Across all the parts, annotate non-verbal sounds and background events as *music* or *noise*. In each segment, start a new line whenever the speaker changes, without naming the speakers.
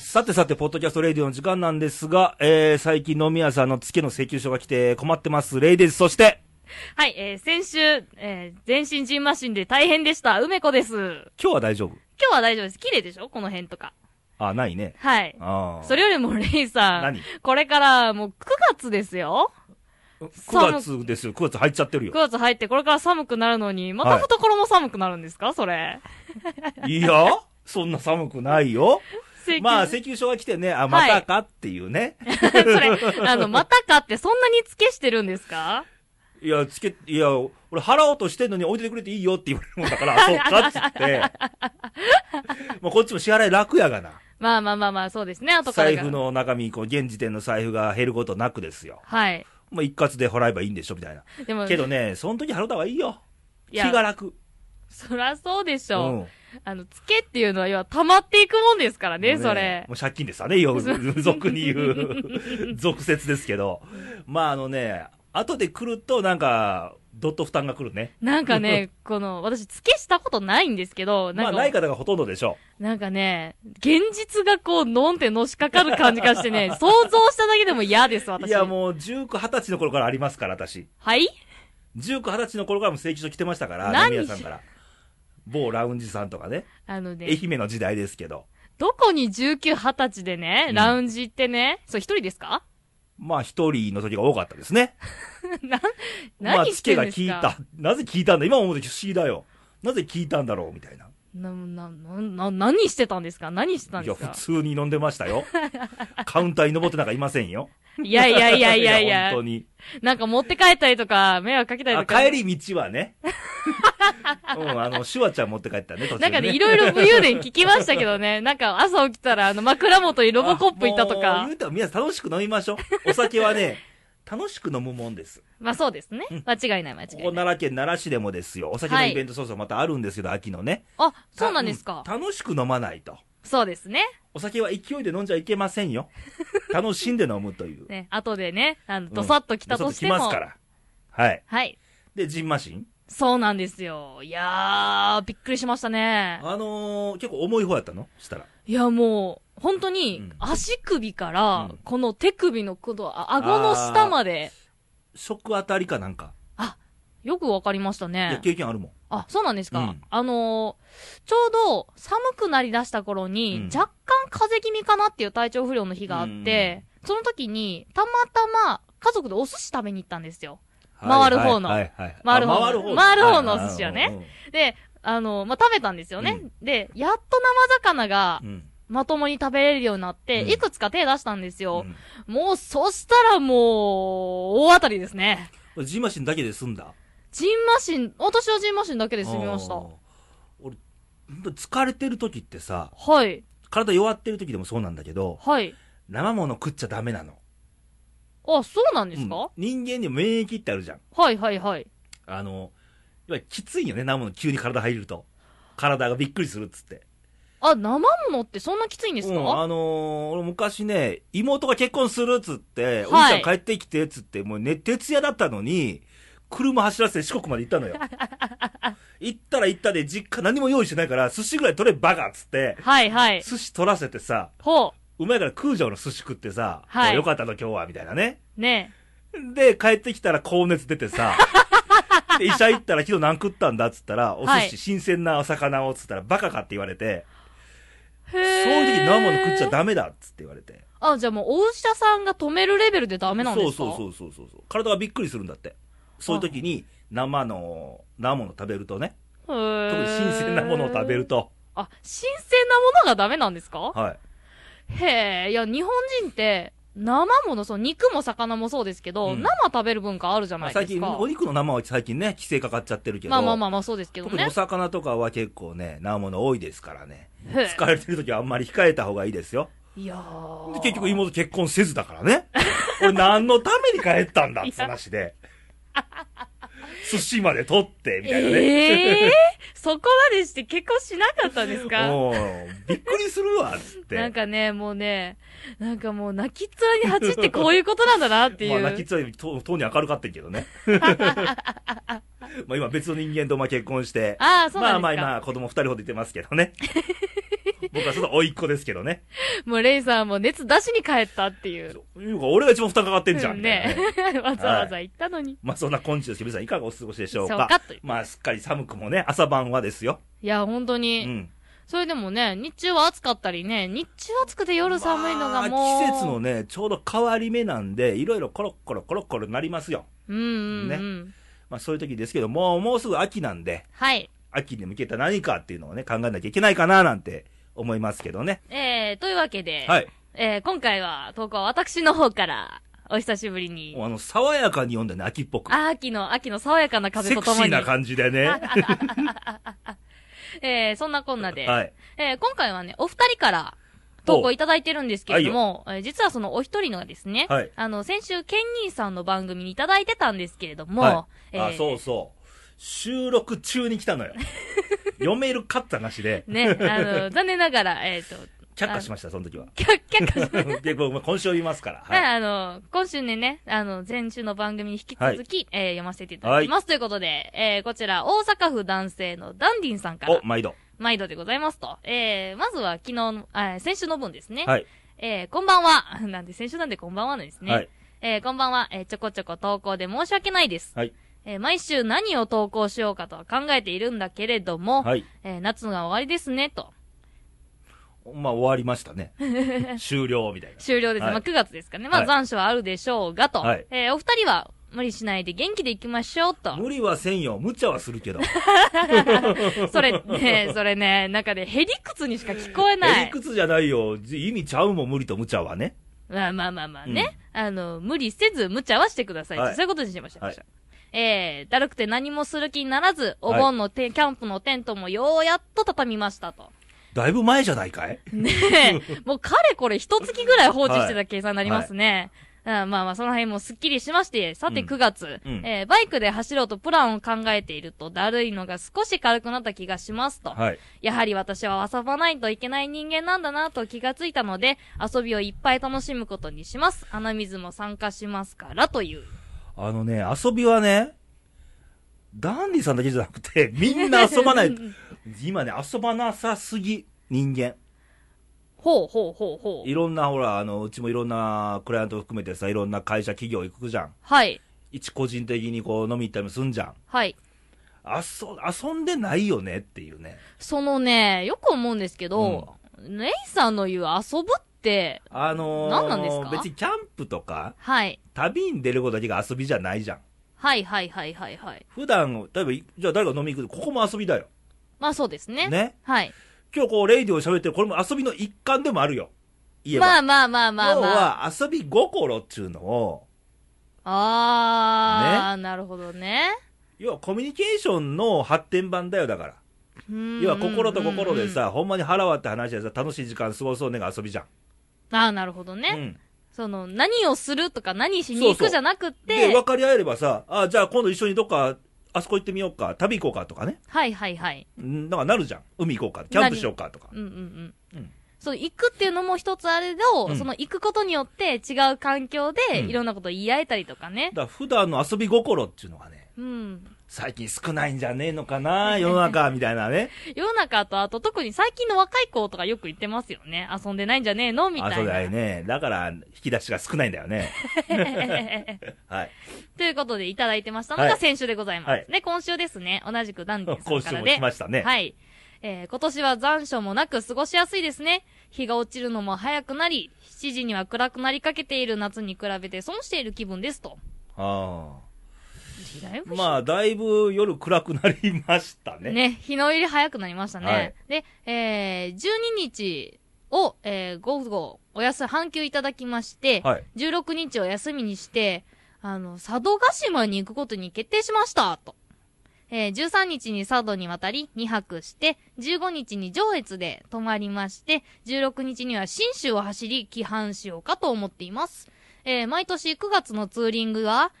さてさて、ポッドキャストレディオの時間なんですが、えー、最近飲み屋さんの月の請求書が来て困ってます、レイディース。そして、
はい、えー、先週、えー、全身ジンマシンで大変でした。梅子です。今
今日は大丈夫
日は大丈夫です。綺麗でしょこの辺とか。
あ、ないね。
はい。
ああ。
それよりも、レイさん
何、
これからもう9月ですよ
?9 月ですよ。9月入っちゃってる
?9
よ。
月入ってこれから寒くなるのに、また懐も寒くなるんですか、それ。
いや、そんな寒くないよ。
*laughs* 請求
まあ、請求書が来てね、あ、またかっていうね。
*laughs* それ、あの、またかってそんなに付けしてるんですか
い、や、つけ、いや、俺払おうとしてんのに置いててくれていいよって言われるもん
*laughs*
だから、そっかっつって。まあ、こっちも支払い楽やがな。
まあまあまあまあ、そうですね、後からが。
財布。の中身、こう、現時点の財布が減ることなくですよ。
はい。
まあ、一括で払えばいいんでしょ、みたいな。
でも、
けどね、その時払った方がいいよ。
い
気
や
が楽。
そらそうでし
う
ょう。
ん。ね
あの、付けっていうのは、要は溜まっていくもんですからね、それ
も。う借金ですわね、よ、 *laughs* 俗に言
*laughs*
う。俗説ですけど。まあ、あのね、後で来ると、なんか、どっと負担が来るね。
なん
*laughs*
かね、この、私、付けしたことないんですけど、なん
ま
か、
あ、ない方がほとんどでしょ
なんかね、現実がこう、のんってのしかかる感じがしてね、
*laughs*
想像しただけでも嫌です、
う。
私。
いや、もう、19、20歳の頃からありますから、私。
はい
19、20歳の頃からも請求書来てましたから、
何
飲み屋さんから。某ラウンジさんとかね。
あのね
愛、媛の時代ですけど。
どこに19、20歳でね
う、ん
ラウンジ行ってね、そう、一人ですか
まあ、一人の時が多かったですね。
な、
まあ、
何
つ
して
け
ん
が
です
聞
か
いた。なぜ聞いたんだ今思うと不思議だよ。なぜ聞いたんだろうみたいな。
な、な、な、な、何してたんですか何してたん
い
で
や、
すか
普通に飲んでましたよ。 *laughs* カウンターに登ってなんかいませんよ。
いやいやいやいやいや
本当に。
なんか持って帰ったりとか、迷惑かけたり
あ、
とか。
帰り道はね。 *laughs* うん、あの、シュワちゃん持って帰ったね、途中
なんかね、い
ろ
ろいろ武勇伝聞きましたけどね、なんか朝起きたら、あの、枕元にロボコップいたとか
言。うても皆さん楽しく飲みましょ
*laughs*
う。お酒はね、楽しく飲むもんです。
まあそうですね。間違いない間違
こ
い
こ
ない。
奈良県奈良市でもですよ。お酒の
はい
イベントそうそうまたあるんですけど、秋のね。
あ、そうなんですか
た。うん楽しく飲まないと。
そうですね。
お酒は勢いで飲んじゃいけませんよ。楽しんで飲むという。
*laughs* ね、後でね、あの、
うん
ドサッと来たとして
ちょっ
も。
来ますから。はい。
はい。
で、ジンマシン。
そうなんですよ。いやー、びっくりしましたね。
あのー、結構重い方やったのしたら。
いや、もう、本当
う
に
ん、
足首か
う
ら
ん、
この手首の、この、あ顎の下まで、
食当たりかなんか。
よくわかりました
いや、
ね。
経験あるもん。
あ、そうなんですか。
うん
あのーちょうど寒くなりだした頃に、
うん
若干風邪気味かなっていう体調不良の日があって、その時に、たまたま家族でお寿司食べに行ったんですよ。回る方の
はいはいはい
回る方の
あ回る方
回る方のお寿司をね
はいはいはい
で、あのーまあ、食べたんですよね。
う
で、やっと生魚が
うんうん
まともに食べれるようになって、
うん
いくつか手出したんですよ。
うん
もう、そしたらもう、大当たりですね。
俺ジンマシンだけで済んだ。
ジンマシン、私はジンマシンだけで済みました
あ。ー俺、ほんと疲れてる時ってさ、
はい、
体弱ってる時でもそうなんだけど、
はい。
生物食っちゃダメなの。
あ、そうなんですか、
うん人間にも免疫ってあるじゃん。
はい、はい、はい。
あの、いわゆるきついよね、生物急に体入ると。体がびっくりするっつって。
あ、生物ってそんなきついんですか、
うん、あのー俺昔ね、妹が結婚するっつって、
はい
お兄ちゃん帰ってきてっつって、もうね、徹夜だったのに、車走らせて四国まで行った
*laughs*
のよ。行ったら行ったで、実家何も用意してないから、寿司ぐらい取れバカっつって、
はいはい。
寿司取らせてさ、
ほ
うまいから空上の寿司食ってさ、
はい
もうよかったの今日は、みたいなね。
う。ね
で、帰ってきたら高熱出て
*laughs*
さ、で医者行ったら昨日何食ったんだっつったら、お寿司、
はい
新鮮なお魚をっつったらバカかって言われて、
え。へ
そう
え。
いう時生物食っちゃ
メ。
ダメだっつって言われて。
あ、じゃあもうお医者さんが止めるレベルでダメなんですか
そうそうそうそうそう体がびっくりするんだってそういう時に生の生の食べるとね
う。へえ。
特に新鮮なものを食べる。と、
あ、新鮮なものがダメなんですか
はい、
へえ。いや、日本人って、生もの、そう、肉も魚もそうですけど、
うん
生食べる文化あるじゃ
ま
な
あ、
いで
最
す
近
か。
お肉の生は最近ね規制かかっちゃってるけど
まあまあまあまあ、そうですけど
特にお
ね。
魚とかは結構ね生もの多いですからね
へえ
疲れてる時はあんまり控えた方がいいですよ
いやー
で結局妹結婚せずだからね *laughs* 俺何のために帰ったんだって話
*laughs*
で寿司まで取ってみたいなね、 *laughs*
ええー、そこまでして結婚しなかったんですか
もうびっくりするわっつって
なんかね、もうね、なんかもう泣きっ面に恥ってこういうことなんだなっていう。
*laughs* まあ、泣きついととうに明るかってんけど
*laughs*
ね。まあ今別の人間とまあ結婚して、
ああ、そう
ま
な
あ
んですか。
まあ今子供二人ほどいてますけどね。僕はその甥っ子ですけどね。
もうレイさんも熱出しに帰ったっていう。
いうか、俺が一番負担かかってんじゃん。
う
みたいな
ね
ね。
わざわざ行ったのに。
まあそんな今週ですけど、皆さんいかがお過ごしでしょう
そう
か
かという。
まあすっかり寒くもね、朝晩はですよ。
いや、本当
う
に、
ん。
それでもね、日中は暑かったりね、日中暑くて夜寒いのがもう。
まあ季節のね、ちょうど変わり目なんで、いろいろコロッコロコロッコロなりますよ。
うんうんうん。
まあそういう時ですけど、もうもうすぐ秋なんで、
はい。
秋に向けた何かっていうのをね、考えなきゃいけないかななんて思いますけどね。
えー、というわけで、
はい。
えー、今回は投稿は私の方から、お久しぶりに
も、うあの、爽やかに読んだね、秋っぽく。
あ秋の、秋の爽やかな風
セ
と
ク
と
シ
も
ー
に、
な感じでね。
えー、そんなこんな
*laughs*
で、
はい。
えー、今回はね、お二人から投稿いただいてるんですけれども、えー実はそのお一人のですね、
はい
あの、先週、ケンニーさんの番組にいただいてたんですけれども、
は
えー
あ、そうそう。収録中に来
*laughs*
たのよ。読めるかったなしで、
ね、あ
*laughs*
の、残念ながら、えっ、と、
却下しました、その
*laughs*
時は。
キャッキャッカ
で、僕まあ今週読みますから。
はい、
はい。
*laughs* あの、今週ねね、あの、前週の番組に引き続き、えー読ませていただきます。ということで、えーこちら、大阪府男性のダンディンさんから
お、、毎度。
毎度でございますと。えーまずは昨日の、あ先週の分ですね。
はい。
えーこんばんは。なんで、先週なんでこんばんはなんですね。
はい。
えーこんばんは。えーちょこちょこ投稿で申し訳ないです。
はい。
えー毎週何を投稿しようかとは考えているんだけれども、
はい。
えー夏が終わりですね、と。
まあ、終わりました
*laughs*
ね。終了、みたいな。
終了です。
はい
まあ9月ですかね。ま
は
あ
い
残暑はあるでしょうがと。
はい
えーお二人は無理しないで元気でいきましょうと。
無理はせんよ。無茶はするけど。
それね、 *laughs* それね、なんかね、へりくつにしか聞こえ *laughs* な
えり
い。
くつじゃないよ。じ意味ちゃうもん無理と無茶はね。
まあまあまあまあね。あの、無理せず無茶はしてくださいと。
はい
そういうことにしましょう。
はい
えー、だるくて何もする気にならず、お
はい
盆のて、キャンプのテントもようやっと畳みましたと。
だいぶ前じゃないかい
ねえ、 *laughs* もうかれこれ一月ぐらい放置してた計算になりますね。うんまあまあ、その辺もスッキリしまして、さて
うん
9月、
うん
えーバイクで走ろうとプランを考えていると、だるいのが少し軽くなった気がしますと。
はい。
やはり私は遊ばないといけない人間なんだなと気がついたので、遊びをいっぱい楽しむことにします。穴水も参加しますからという。
あのね、遊びはね、ダンディさんだけじゃなく
*laughs*
て、みんな遊ばない。今ね、遊ばなさすぎ、人間。
ほうほうほうほう
い。ろんな、ほら、あの、うちもいろんなクライアント含めてさ、いろんな会社、企業行くじゃん。
はい。
一個人的にこう飲み行ったりもすんじゃん。
はい。
遊、遊んでないよねっていうね。
そのね、よく思うんですけど、レイさんの言う遊ぶって、
あのー、
何なんですか
別にキャンプとか、
はい。
旅に出ることだけが遊びじゃないじゃん。
はいはいはいはいはい。
普段、例えば、いじゃあ誰が飲み行くここも遊びだよ。
まあそうですね。
ね。
はい。
今日こう、レイディを喋ってる、これも遊びの一環でもあるよ。言えば。
まあまあまあまあまあ。
要は、遊び心っていうのを、
あー、なるほどね。
要はコミュニケーションの発展版だよ、だから。
要
要は心と心で。さ、ほんまに腹割って話してさ、楽しい時間過ごそうねが遊びじゃん。
あー、なるほどね。
うん
その、何をするとか何しに行
そうそ
く
う
じゃなく
で、
て、
分かり合えればさ、あじゃあ今度一緒にどっか、あそこ行ってみようか、旅行こうかとかね。
はいはいはい。
うんなんかなるじゃん。海行こうか、キャンプしようかとか。
うんうんう
うんん。
そう、行くっていうのも一つあれを、
うん
その行くことによって違う環境で
うん
いろんなこと言い合えたりとかね
だ。から普段の遊び心っていうのがね、
うん。
最近少ないんじゃねえのか
*laughs*
な、世の中、みたいなね。
世の中とあと特に最近の若い子とかよく言ってますよね。遊んでないんじゃねえのみたいな。
あ、そうだよね。だから、引き出しが少ないんだよ
*laughs*
ね。はい。
ということで、いただいてましたの
は
が
い
先週でございます。
はい
で、今週ですね、同じくダンディ
*laughs*
さん
今
か
週
ら
も
で。
来ましたね。
はい。えー、今年は残暑もなく過ごしやすいですね。日が落ちるのも早くなり、7時には暗くなりかけている夏に比べて損している気分ですと。
あ
だい
あ
ぶ
まあ、だいぶ夜暗くなりましたね。
ね、日の入り早くなりましたね。
はい
で、えー、12日を、えー、午後、おやす、半休いただきまして、
はい。
16日を休みにして、あの、佐渡島に行くことに決定しました、と。えー13日に佐渡に渡り、2泊して、15日に上越で泊まりまして、16日には新州を走り、帰還しようかと思っています。えー毎年9月のツーリングは、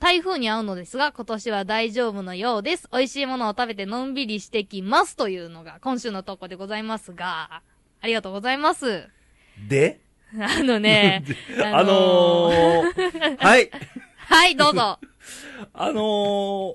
台風に合うのですが、今年は大丈夫のようです。美味しいものを食べてのんびりしてきます。というのが、今週の投稿でございますが、ありがとうございます。 *laughs*
で、、
あのね
あのー、はい。
はい、どうぞ。
あのー、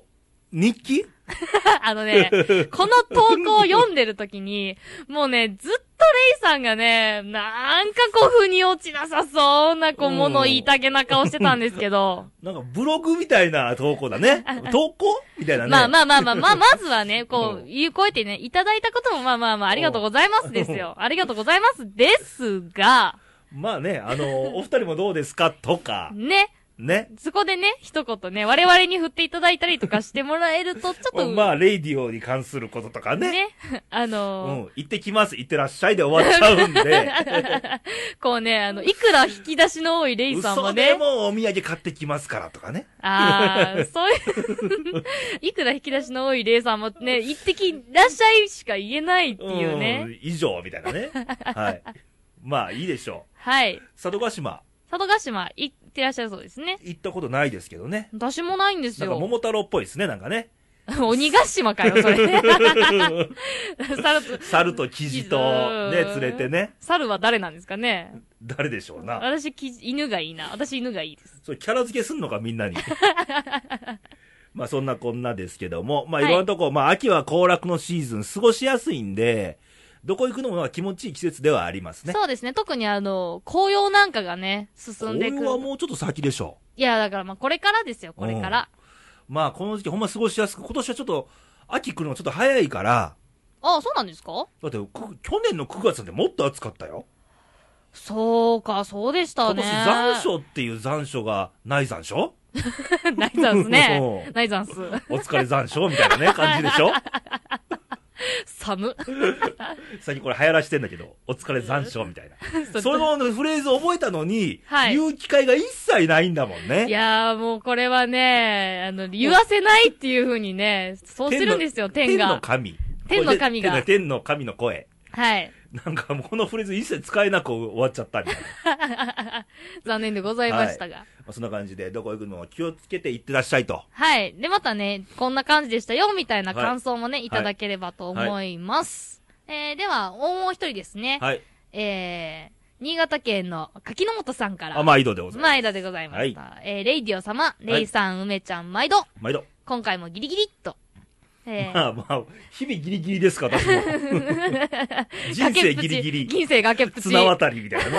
日記
*laughs* あのね、この投稿を読んでるときに、もうね、ずっレイさんがね、なんかこう、腑に落ちなさそうな、こう、
うん
物言いたげな顔してたんですけど。
なんかブログみたいな投稿だ
*laughs*
ね。投稿みたいなね。
まあまあまあま
*laughs*
あ、まあ、まずはね、こ
う
う、
ん
言う声ってね、いただいたこともまあまあまあ、ありがとうございますですよ。ありがとうございますですが、
まあね、あの、お二人もどうですかとか、
ね、
ね。
そこでね、一言ね、我々に振っていただいたりとかしてもらえると、ちょっ
*laughs*
と、
まあ、レイディオに関することとかね。
ね、あ
う
のー
ん。行ってきます、行ってらっしゃいで終わっちゃうん
*laughs*
で。
こうね、あの、いくら引き出しの多いレイさんも
嘘
ね
で、もお土産買ってきますからとかね。
ああ、そういう、いくら引き出しの多いレイさんも
*laughs*
ね、一滴いらっしゃいしか言えないっていうね。
ん。以上、みたいな
*laughs*
ね。はい。まあ、いいでしょ
はい。
う。佐渡島、
佐渡島行ってらっしゃるそうですね。
行ったことないですけどね。
私もないんです
なんか、
よ。
桃太郎っぽいですね、なんか
*laughs*
ね。
鬼ヶ島かよ、それ。 *laughs* 猿、
猿とキジと、
うん
ね、連れてね。
猿は誰なんですかね
誰でしょうな。
私、き犬がいいな。私、犬がいいです。
それ、キャラ付けすんのか、みんな
*laughs*
に。まあ、そんなこんなですけども、まあ、い
はい
ろんなとこ、まあ、秋は行楽のシーズン、過ごしやすいんで、どこ行くのもまあ気持ちいい季節ではありますね。
そうですね。特にあの、紅葉なんかがね、進んでいく
これ。はもうちょっと先でしょう。
いや、だからまあ、これからですよ、これから。
まあ、この時期ほんま過ごしやすく、今年はちょっと、秋来るのがちょっと早いから、
ああ、そうなんですか
だって、く去年の9月なんてもっと暑かったよ。
そうか、そうでした
今
ね。
年残
*laughs*
暑っていう残暑がない残暑
ナイザンスね
う。ん
ナイザンス。
お疲れ残暑みたいな
*laughs*
ね、感じでしょ
寒。
最近これ流行らしてんだけど、お疲れ残暑みたいな。そのフレーズ覚えたのに、
はい
言う機会が一切ないんだもん
*laughs* い
ね。
やーもうこれはね、あの、言わせないっていう風にね、そうするんですよ、天
天の
が。
神。
天の神が
これ天の神の声。
はい。
なんかもうこのフレーズ一切使えなく終わっちゃったみたいな。
残念でございましたが。
まあそんな感じで、どこ行くのも気をつけて行ってらっしゃいと。
はい、で、またね、こんな感じでしたよ、みたいな
はい
感想もね、い、ただければと思います。えー、では、もう一人ですね。
はい。
えー、新潟県の柿の本さんから。
あ、まあ、井戸でございます。
前田でございました。えー、レイディオ様、レイさん、梅ちゃん、毎度。
毎度。
今回もギリギリっと。えー
まあまあ、日々ギリギリですか、私
*laughs*
も。 *laughs* 人生ギリギリ。
人生崖っぷち。
綱渡りみたいな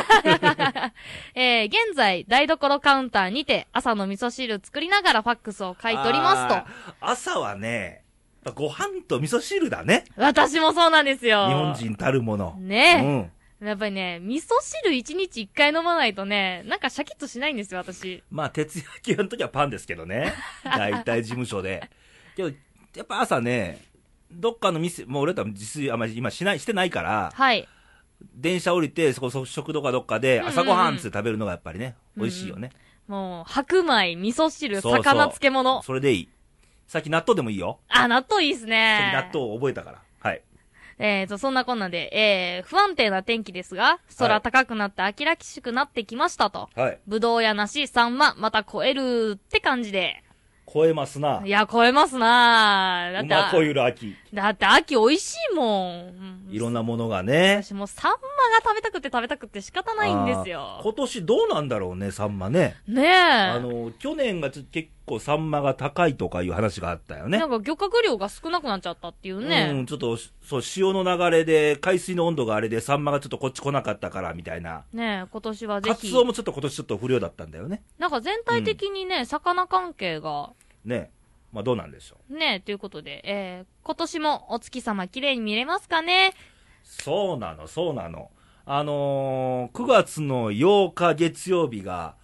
ね。
えー、現在、台所カウンターにて、朝の味噌汁作りながらファックスを買い取ります
あ
と。
ー。朝はね、やっぱご飯と味噌汁だね。
私もそうなんですよ。
日本。人たるもの。
ねえ、やっぱりね、味噌汁一日一回飲まないとね、なんかシャキッとしないんですよ、私。
うん。まあ、徹夜系の時はパンですけど
*laughs*
ね。大体事務所で。けど、やっぱ朝ね、どっかの店、もう俺らは自炊あんまり今しない、してないから、
はい。
電車降りて、そこそ食堂かどっかで
うんうん
朝ごはんつって食べるのがやっぱりね、美味しいよね。
もう、白米、味噌汁、
そうそう
魚漬物。
それでいい。さっき納豆でもいいよ。
あ、納豆いいっすね。
納豆を覚えたから。はい。
えーと、そんなこんなで、えー、不安定な天気ですが、空高くなって秋らしくなってきましたと。
はい。
ぶどうや梨、サンマ、また超えるって感じで。
超えますな。
いや、超えますな
う
ぁ。だ
ま
っ
こ
て、
ゆる秋。
だって秋美味しいもん。
いろんなものがね。
私もうサンマが食べたくて食べたくて仕方ないんです
あー
よ。
今年どうなんだろうね、サンマね。
ねえ。
あの、去年がちょっと結構サンマが高いとかいう話があったよね
な。んか漁獲量が少なくなっちゃったっていう
う
ね
ん、。ちょっと、そう、潮の流れで、海水の温度があれで、サンマがちょっとこっち来なかったから、みたいな。
ねえ、今年はぜ
カ
ひ
ツ。オもちょっと今年ちょっと不良だったんだよね。
なんか全体的にね、魚関係が、
ね。まあどうなんでしょう。
ねえ、ということで、えー、今年もお月様綺麗に見れますかね
そうなの、そうなの。あのー、9月の8日月曜日が、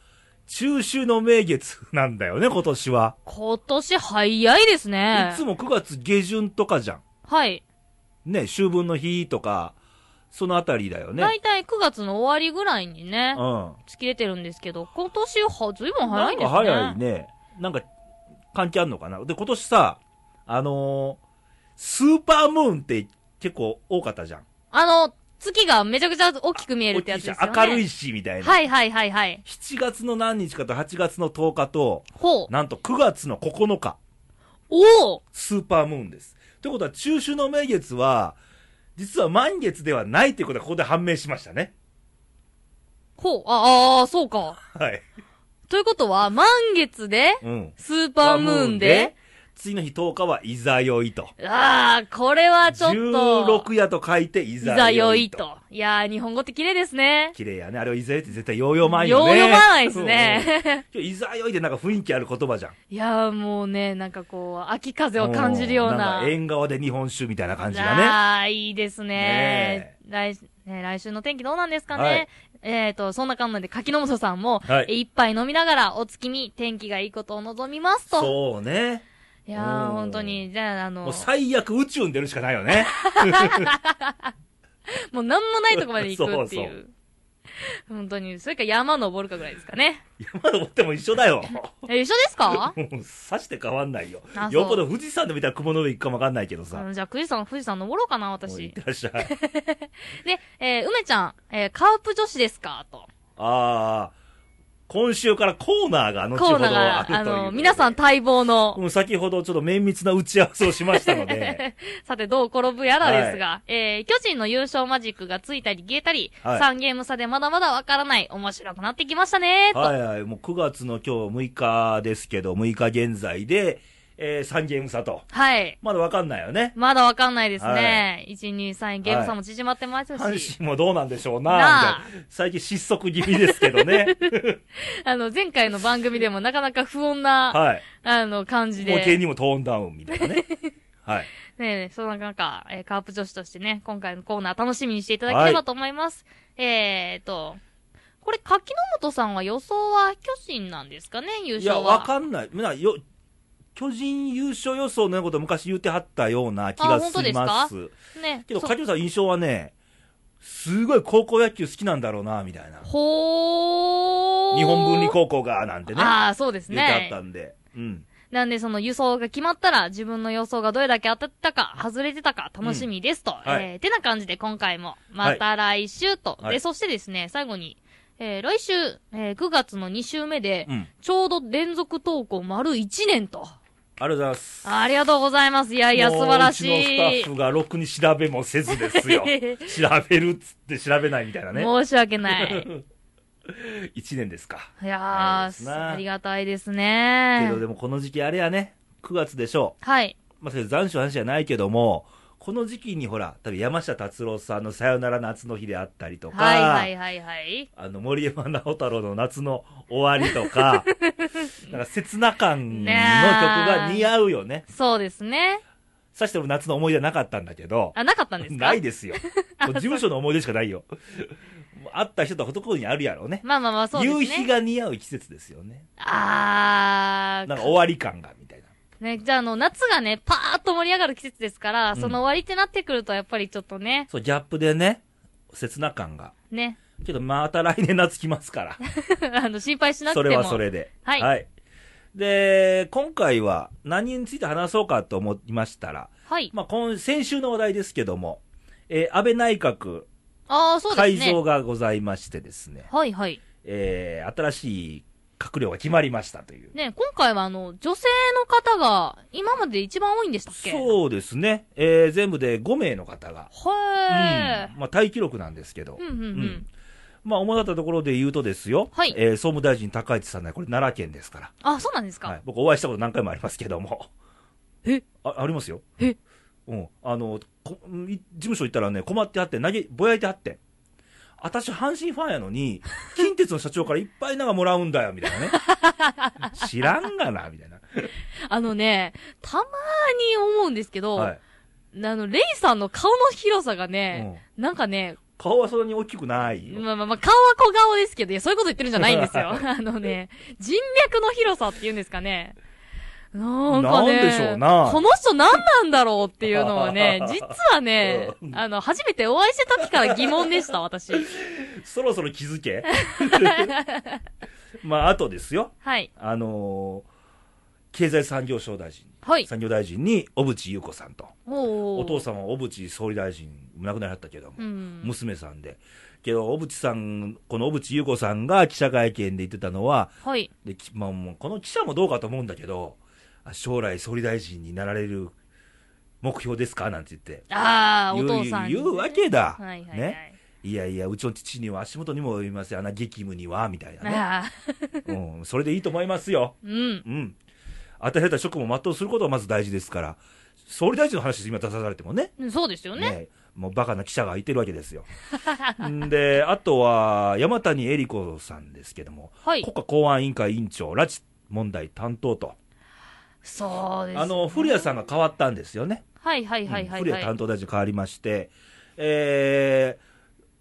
中秋の名月なんだよね、今年は。
今年早いですね
い。つも9月下旬とかじゃん。
はい。
ね、秋分の日とか、そのあたりだよね。
だいたい9月の終わりぐらいにね
う、ん。
突き出てるんですけど、今年はずいぶん早いんですね。
なんか早いね。なんか、関係あんのかな。で、今年さ、あのースーパームーンって結構多かったじゃん。
あの、月がめちゃくちゃ大きく見えるってやつですよね。
明るいし、みたいな。
はいはいはいはい。
7月の何日かと8月の10日と、
ほう。
なんと9月の9日。
おお
スーパームーンです。ということは、中秋の名月は、実は満月ではないということがここで判明しましたね。
ほう。ああー、そうか。
はい。
ということは、満月で、
うん。
スーパームーンで、
次の日10日は、いざ酔いと。
ああ、これはちょっと。
16夜と書いて、い
い
ざ
ざ
酔
よ
い
い
と。
と。いやー、日本語って綺麗ですね。
綺麗やね。あれをいざ酔いって絶対ヨーヨーマン
よ
よ
う
ね。
読まないですね。
うん。いざ酔いってなんか雰囲気ある言葉じゃん。
*laughs* いやー、もうね、なんかこう、秋風を感じるような。
んか縁側で日本酒みたいな感じがね。
ああ、いいですね。来ね来週の天気どうなんですかね。
はい
えっ、と、そんな感じで、柿の本さんも、
はい
え一杯飲みながら、お月見、天気がいいことを望みますと。
そうね。
いやー、
うん
本当に、じゃあ、あの、
も
も
う最悪宇宙に出るしかないよ
*laughs*
ね。
うなんもないとこまで行くってい
*laughs*
う。
そう
本当に、それか山登るかぐらいですか
*laughs*
ね。
山登っても一緒だよ。
え、一緒ですか
もう、さして変わんないよ
あそ。う
よっぽど富士山で見たら雲の上行くかもわかんないけど
あ
さ。
のじゃあ、富士山、富士山登ろうかな、
もう行っ
私。
てらっしゃい。
で、えー梅ちゃん、えーカープ女子ですかと。
ああ、今週からコーナーが後
コ
ほ
ー
ど
ナー
あるという
が、あの、
ことで
皆さん、待望の。
うん先ほどちょっと綿密な打ち合わせをしましたの
*laughs*
で、
さて、どう転ぶやらですが、えー、巨人の優勝マジックがついたり消えたり、
はい
3ゲーム差でまだまだわからない、面白くなってきましたね、と。
はいはい、もう9月の今日6日ですけど、6日現在で、えー3ゲーム差と。
はい。
まだわかんないよね。
まだわかんないですね。1、2、3、ゲーム差も縮まってますし、
阪神もどうなんでしょう
な
な
あ、
みたいな。最近失速気味ですけど
*laughs*
ね。
あの、前回の番組でもなかなか不穏な、
は
あの、感
い。
じ
もう芸
で、
にもトーンダウンみたいなね。はい。
ねえ、その中、えーカープ女子としてね、今回のコーナー楽しみにしていただければと思います。えーと、これ、柿本さんは予想は巨人なんですかね、
い
優勝
や、
は。
わかんない。なよ巨人優勝予想のようなこと昔言ってはったような気
あ
が
本
し
当ですか
ます。
ね。
けど、
そう
梶本さん印象はね、すごい高校野球好きなんだろうな、みたいな。
ほー。
日本文理高校が、なんてね。
ああ、そうです
言ってあっ
ね
た。んで。うん。
なんで、その輸送が決まったら、自分の予想がどれだけ当たったか、外れてたか、楽しみですと。
はい
えー、てな感じで今回も、また来週と。
はい
で、そしてですね、最後に、えー、来週、えー、9月の2週目で
う、ん。
ちょうど連続投稿丸1年と。
ありがとうございます。
ありがとうございます。いやいや、
もう
素晴らし
うちの
い
スタッ。フがろくに調べもせずです
*laughs*
よ。調べるっつって調べないみたいなね。 *laughs*
申し訳ない。
1年ですか。
いや
そうですな
ー、ありがたいです
け
ね
ど。でもこの時期あれやね、9月でしょ
はい。
う。まあ、それ残暑の話じゃないけども、この時期にほら、多分山下達郎さんのさよなら夏の日であったりとか、
はいはいはいはい。
あの、森山直太朗の夏の終わりと
*laughs*
か、なんか切な感の曲が似合うよね。
そうですね。
さしても夏の思い出はなかったんだけど、
あ、なかったんですか
ないですよ。もう事務所の思い出しかないよ。もう会った人とはところにあるやろうね
まあまあまあ、そう
夕
です
日
ね。
が似合う季節ですよね。
あ
なんか
ー。
終わり感がみたいな。
ね、じゃあ、あの、夏がね、パーッと盛り上がる季節ですから、
うん
その終わりってなってくると、やっぱりちょっとね、
そう、ギャップでね、切な感が。
ね、 *laughs*
けどまた来年夏来ますから。
あの、心配しなくて
そ
も。
れはそ。れで。
はい
で、今回は何について話そうかと思いましたら、
はい。
まあ、今、先週の話題ですけども、えー安倍内閣
あー、そうで
改
すね。
造がございましてですね、
はいはい。
えー新しい閣僚が決まりましたという。
ね、今回はあの、女性の方が、今まで一番多いんでしたっけう。
そうですね、えー全部で5名の方が、
は
うんまあ、大記録なんですけど
ー。、うんうんう
うんん。まあ、主だったところで言うとですよ、
はい
えー総務大臣高市さんね、これ奈良県ですから、
あ、そうなんです
は
か
い、僕お会いしたこと何回もありますけども。
え
あありますよ。
え
うん。あの、こん事務所行ったらね、困ってはって、投げ、ぼやいてはって。私、阪神ファンやの
*laughs*
に、近鉄の社長からいっぱいなんかもらうんだよ、みたいなね。知らんがな、みたいな。
あのね、たまーに思うんですけど、
はい。
あの、レイさんの顔の広さがね、
うん
なんかね、
顔はそんなに大きくないよ。
まあまあまあ、顔は小顔ですけど、いや、そういうこと言ってるんじゃない
*laughs*
んですよ。あのね、人脈の広さっていうんですかね。なんかね。
なんでしょうな
この人何なんだろうっていうの
*laughs*
はね、実はね
う、ん
あの、初めてお会いした時から疑問でした、私。
そろそろ気づ
*laughs*
け。 *laughs* まあ、あとですよ。
はい。
あのー経済産業省大臣、
はい。
産業大臣に小渕優子さんと。
お
お父
さ
さんは小渕総理大臣、亡くなりはったけども、
うん
娘さんで。けど、小渕さん、この小渕優子さんが記者会見で言ってたのは、
ん。はい。
できまあ、もうこの記者もどうかと思うんだけど、あ将来総理大臣になられる目標ですかなんて言って。
ああ、お
言う
父さんに。
言うわけだ。
はいはいはい。
ね。いやいや、うちの父には足元にも及びません。あん
*laughs*
な激務には、みたいなね。
ああ、
うん。それでいいと思いますよ。
うん。
うん。与えられた職務を全うすることがまず大事ですから、総理大臣の話、今出さされてもね、
うんそうですよね。
ねもうバカな記者がいてるわけですよ。 *laughs* んで、あとは、山谷恵理子さんですけども、
はい。
国家公安委員会委員長、拉致問題担当と、
そうです、ね。
あの古谷さんが変わったんですよね、
はいはいはいは
うん
い、
古
は
谷
い。
担当大臣変わりまして、えー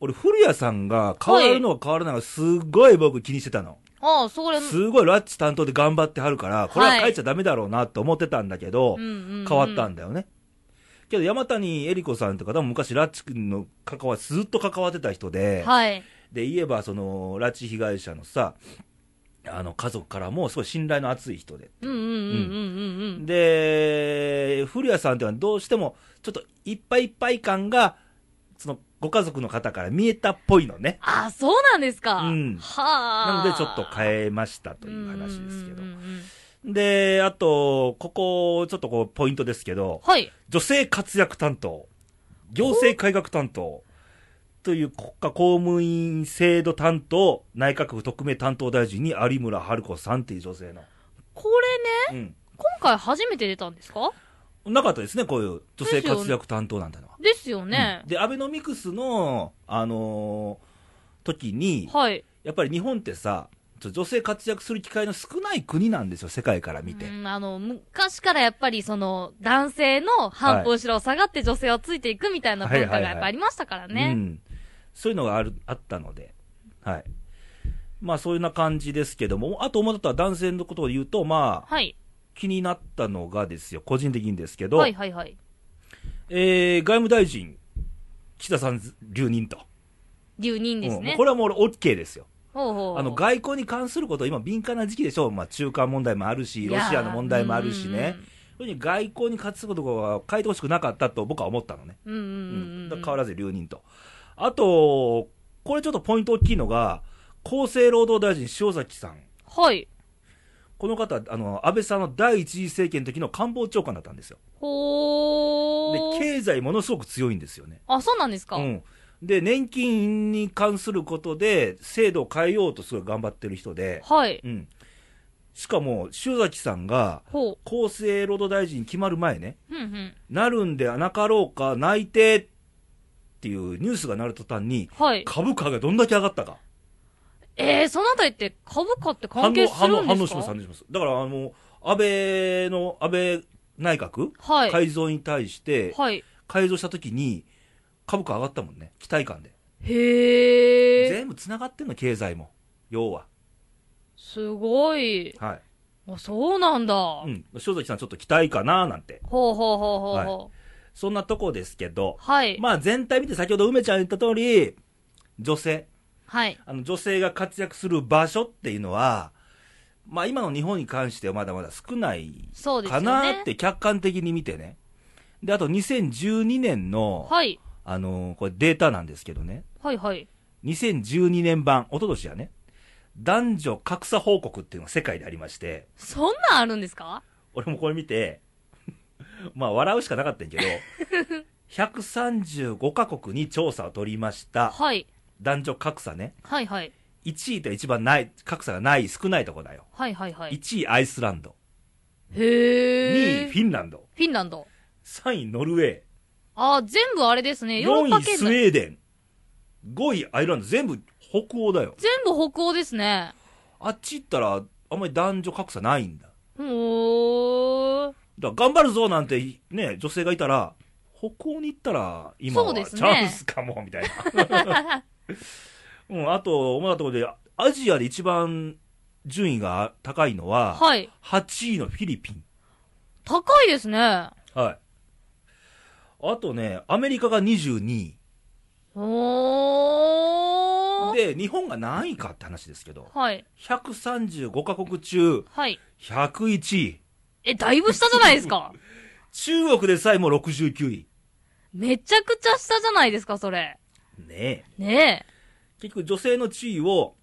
俺、古谷さんが変わるのか変わらないのか、すごい僕、気にしてたの、
ああ、それ、うん
すごい拉致担当で頑張ってはるから、これは変えちゃだめだろうなって思ってたんだけど、
うんうん、
変わったんだよね。けど山谷恵理子さんって方も昔、拉致の関わり、ずっと関わってた人で、
はい。
で言えばその拉致被害者のさあの家族からもすごい信頼の厚い人で、
うんうんうんうんうんうん。
で古谷さんっていうのはどうしてもちょっといっぱいいっぱい感がそのご家族の方から見えたっぽいのね
ああ、そうなんですか。
うん
はあ。
なのでちょっと
え
変えましたという話ですけど
うんうんうんうん
であとここちょっとこうポイントですけど
はい。
女性活躍担当行政改革担当という国家公務員制度担当内閣府特命担当大臣に有村春子さんっていう女性の
これね、
うん、
今回初めて出たんですか
なかったですね、こういう女性活躍担当なんてのは。
ですよね
うん。で、アベノミクスの、あのー時に、
はい。
やっぱり日本ってさ、ちょ女性活躍する機会の少ない国なんですよ、世界から見て。
うん、あの、昔からやっぱりその、男性の半歩後ろを下がって女性をついていくみたいな文化がやっぱありましたから
う
ね。
ん、そういうのがあるあったので、はい。まあ、そういうような感じですけども、あと思った男性のことを言うと、まあ、
はい。
気になったのがですよ、個人的にですけど、
はいはいはい。
えー外務大臣、岸田さん留任と。
留任です
うんも
ね
う。これはもう俺 OK ですよ。
ほうほう
あの外交に関すること、今、敏感な時期でしょう、まあ、中間問題もあるし、
い
ロ
やー
シアの問題もあるしね、。
うん
そういうふうに外交に勝つことは変えてほしくなかったと僕は思ったのね、
うんうん
う
うんうん
ん、だ
うん。
から変わらず留任と、あと、これちょっとポイント大きいのが、厚生労働大臣、塩崎さん、
はい。
この方、あの安倍さんの第一次政権の時の官房長官だったんですよ、
ほ
で
ー。
経済、ものすごく強いんですよね。
あ、そうなんですか、
うんで年金に関することで制度を変えようとすごい頑張ってる人で、
はい。
うん、しかも塩崎さんが
ほ
厚生労働大臣に決まる前ね、
う。うんうん。
なるんではなかろうか、内定っていうニュースがなる途端に、
はい。
株価がどんだけ上がったか、
えー、そのあたりって株価って関係するん
反
で
応
す
し
か
ます、反応します、だからあの安倍の安倍内閣、
はい。
改造に対して、
はい。
改造したときに、株価上がったもんね、期待感で、
へー。
全部つながってんの、経済も、要は、
すごい。
はい
あ、そうなんだ。
うん、塩崎さん、ちょっと期待かななんて、
ほうほうほうほうほう。
そんなとこですけど、
はい。
まあ全体見て先ほど梅ちゃん言った通り、女性、
はい。
あの女性が活躍する場所っていうのは、まあ今の日本に関してはまだまだ少ない
そうです
か
よ
なっ
ね。
て客観的に見てね。で、あと2012年の、
はい。
あのーこれデータなんですけどね、
はいはい。
2012年版、おととしやね、男女格差報告っていうのが世界でありまして、
そんなんあるんですか
俺もこれ見て、 *laughs* まあ笑うしかなかったんやけど、135カ国に調査を取りました。
はい。
男女格差ね、
はいはい。
1位と一番ない、格差がない、少ないとこだよ。
はいはいはい。
1位アイスランド、
へ
2
ー。
位
フ
フィンランド、
ィンランド。
3位ノルウェ
あー、全部あれですね。
ー、
ヨーロッ
4
パ
位ス
圏
ウ
内。
ェーデン、5位アイルランド、全部北欧だよ。
全部北欧ですね。
あっち行ったら、あんまり男女格差ないんだ。
ほー。
だから頑張るぞなんて、ね、女性がいたら、北欧に行ったら、今
そ
は
う
チ
ですね
ャンスかも、みたいな。 *laughs* うん、あと、主なところで、アジアで一番順位が高いのは、
はい。
8位のフィリピン。
高いですね。
はい。あとね、アメリカが22位。
おー。
で、日本が何位かって話ですけど、
はい。
135カ国中、
はい。
101位。
え、だいぶ下じゃないですか。
中国でさえも69位。
*laughs* めちゃくちゃ下じゃないですか、それ。
ねえ。
ねえ。
結局、女性の地位を、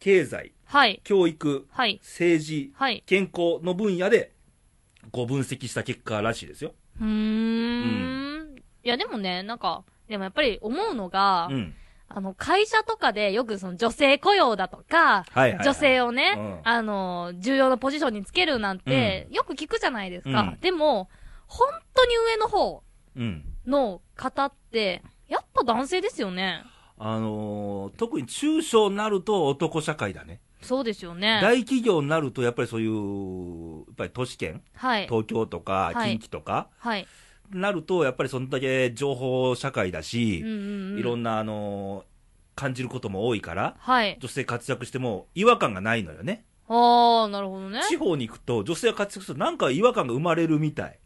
経済、
はい。
教育、
はい。
政治、
はい。
健康の分野で、ご分析した結果らしいですよ。
うーん。いや、でもね、なんか、でもやっぱり思うのが、
うん。
あの、会社とかでよくその女性雇用だと
は
か、
いはいはい
女性をね、
うん
あの、重要なポジションにつけるなんて、よく聞くじゃないですか。
うん
でも、本当に上の方
うん。
の方って、やっぱ男性ですよね。
あのー特に中小になると男社会だね。
そうですよね。
大企業になるとやっぱりそういう、やっぱり都市圏、
はい。
東京とか
はい
近畿とか、
はい。
なるとやっぱりそんだけ情報社会だ
う
し
んう、んうん。
いろんな、あのー感じることも多いから、
はい。
女性活躍しても違和感がないのよね。
あー、なるほどね。
地方に行くと女性が活躍するとなんか違和感が生まれるみたい。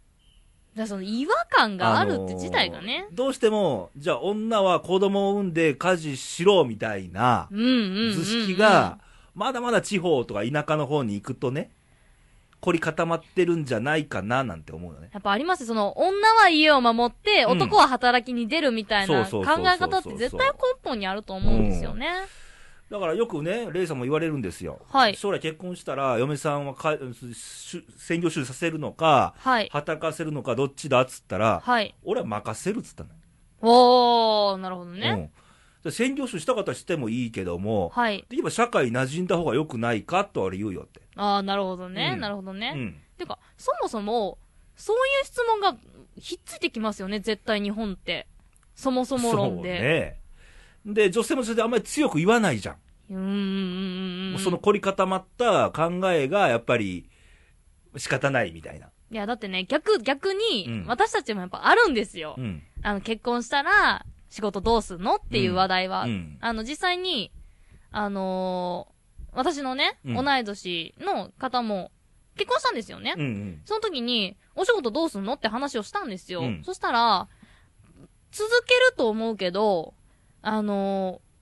じゃあその違和感があるって自体が
あ
ね
の。ーどうしても、じゃあ女は子供を産んで家事しろみたいな
うんうんうんうん。
図式が、まだまだ地方とか田舎の方に行くとね、凝り固まってるんじゃないかななんて思うよね。
やっぱありますよその、女は家を守って、
うん
男は働きに出るみたいな
そうそう
考え
そうそうそう
方って絶対根本にあると思うんですよね。
だからよくね、レイさんも言われるんですよ。
はい
将来結婚したら、嫁さんはかし専業主婦させるのか、
はい。
働かせるのか、どっちだっつったら、
はい。
俺は任せるっつったのよ。
おー、なるほど
うん
ね。
だから専業主婦したかったらしてもいいけども、
はい。
できれば社会に馴染んだ方が良くないかと俺言うよって。
あー、なるほどね。
うん
なるほどね。
うん。
てか、そもそも、そういう質問がひっついてきますよね、絶対日本って。そもそも
そう
論で。
ね。で、女性もそれであんまり強く言わないじゃん。
うーんうんうんうん。
その凝り固まった考えがやっぱり仕方ないみたいな。
いや、だってね、逆、逆に、
うん
私たちもやっぱあるんですよ。
うん。
あの、結婚したら、仕事どうすんのっていう話題は。
うん
あの、実際に、あのー私のね、
うん
同い年の方も、結婚したんですよね。
うんうん。
その時に、お仕事どうすんのって話をしたんですよ。
うん
そしたら、続けると思うけど、あのー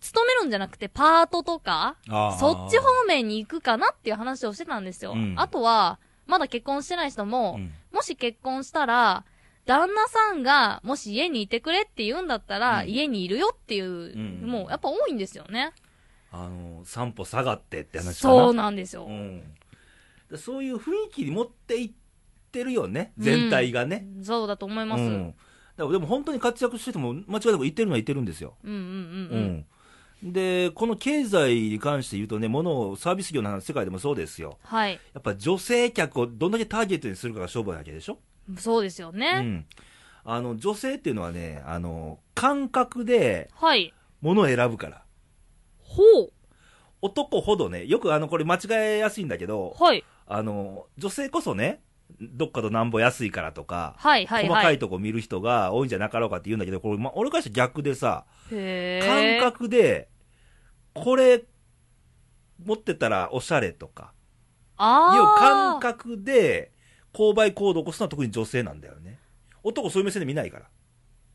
勤めるんじゃなくてパートとか、
あー
そっち方面に行くかなっていう話をしてたんですよ。
うん
あとは、まだ結婚してない人も、
うん
もし結婚したら、旦那さんが、もし家にいてくれって言うんだったら、
うん
家にいるよっていう、
うん
もうやっぱ多いんですよね。
あの、三歩下がってって話かな。
そうなんですよ。
うんでそういう雰囲気に持っていってるよね。全体がね。
そうだと思いうます。うん、うん
ん。だからでも本当に活躍してても、間違いなく言ってるのは言ってるんですよ。
うんうん
うん、で、この経済に関して言うとね、ものをサービス業の話世界でもそうですよ、
はい。
やっぱ女性客をどんだけターゲットにするかが勝負なわけでしょ、
そうですよ
う
ね。
ん、あの女性っていうのはね、あの感覚で
はい。
物を選ぶから、
ほう。
男ほどね、よくあのこれ、間違えやすいんだけど、
はい。
あの女性こそね、どっかとなんぼ安いからとか、
はいはい
細
は
か
い。
いとこ見る人が多いんじゃなかろうかって言うんだけど、これ、ま、俺からしたら逆でさ、
へ
感
ー
覚で、これ、持ってたらおしゃれとか、いう
あ
感
ー
覚で、購買行動を起こすのは特に女性なんだよね。男そういう目線で見ないから。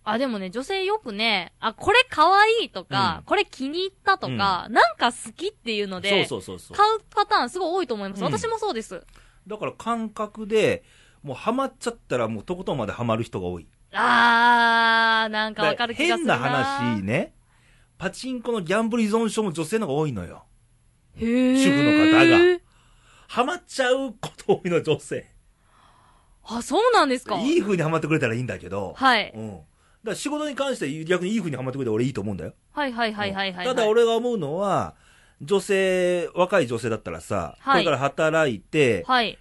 あ、でもね、女性よくね、あ、これ可愛いとか、
うん
これ気に入ったとか、なんか好きっていうので、
そうそうそうそう。
買うパターンすごい多いと思います。
うん
私もそうです。
だから感覚で、もうハマっちゃったらもうとことんまでハマる人が多い。
あー、なんかわかる気がす
変
るな。
な話ね。パチンコのギャンブル依存症も女性の方が多いのよ。
へー
主婦ハマっちゃうこと多いの女性。
あ、そうなんですか。
いい風にハマってくれたらいいんだけど。
はい。
うん。だから仕事に関して逆にいい風にハマってくれたら俺いいと思うんだよ。
はいはいはいはいはい。
ただ、俺が思うのは、女性、若い女性だったらさ、
はい
これから働いて、
はい。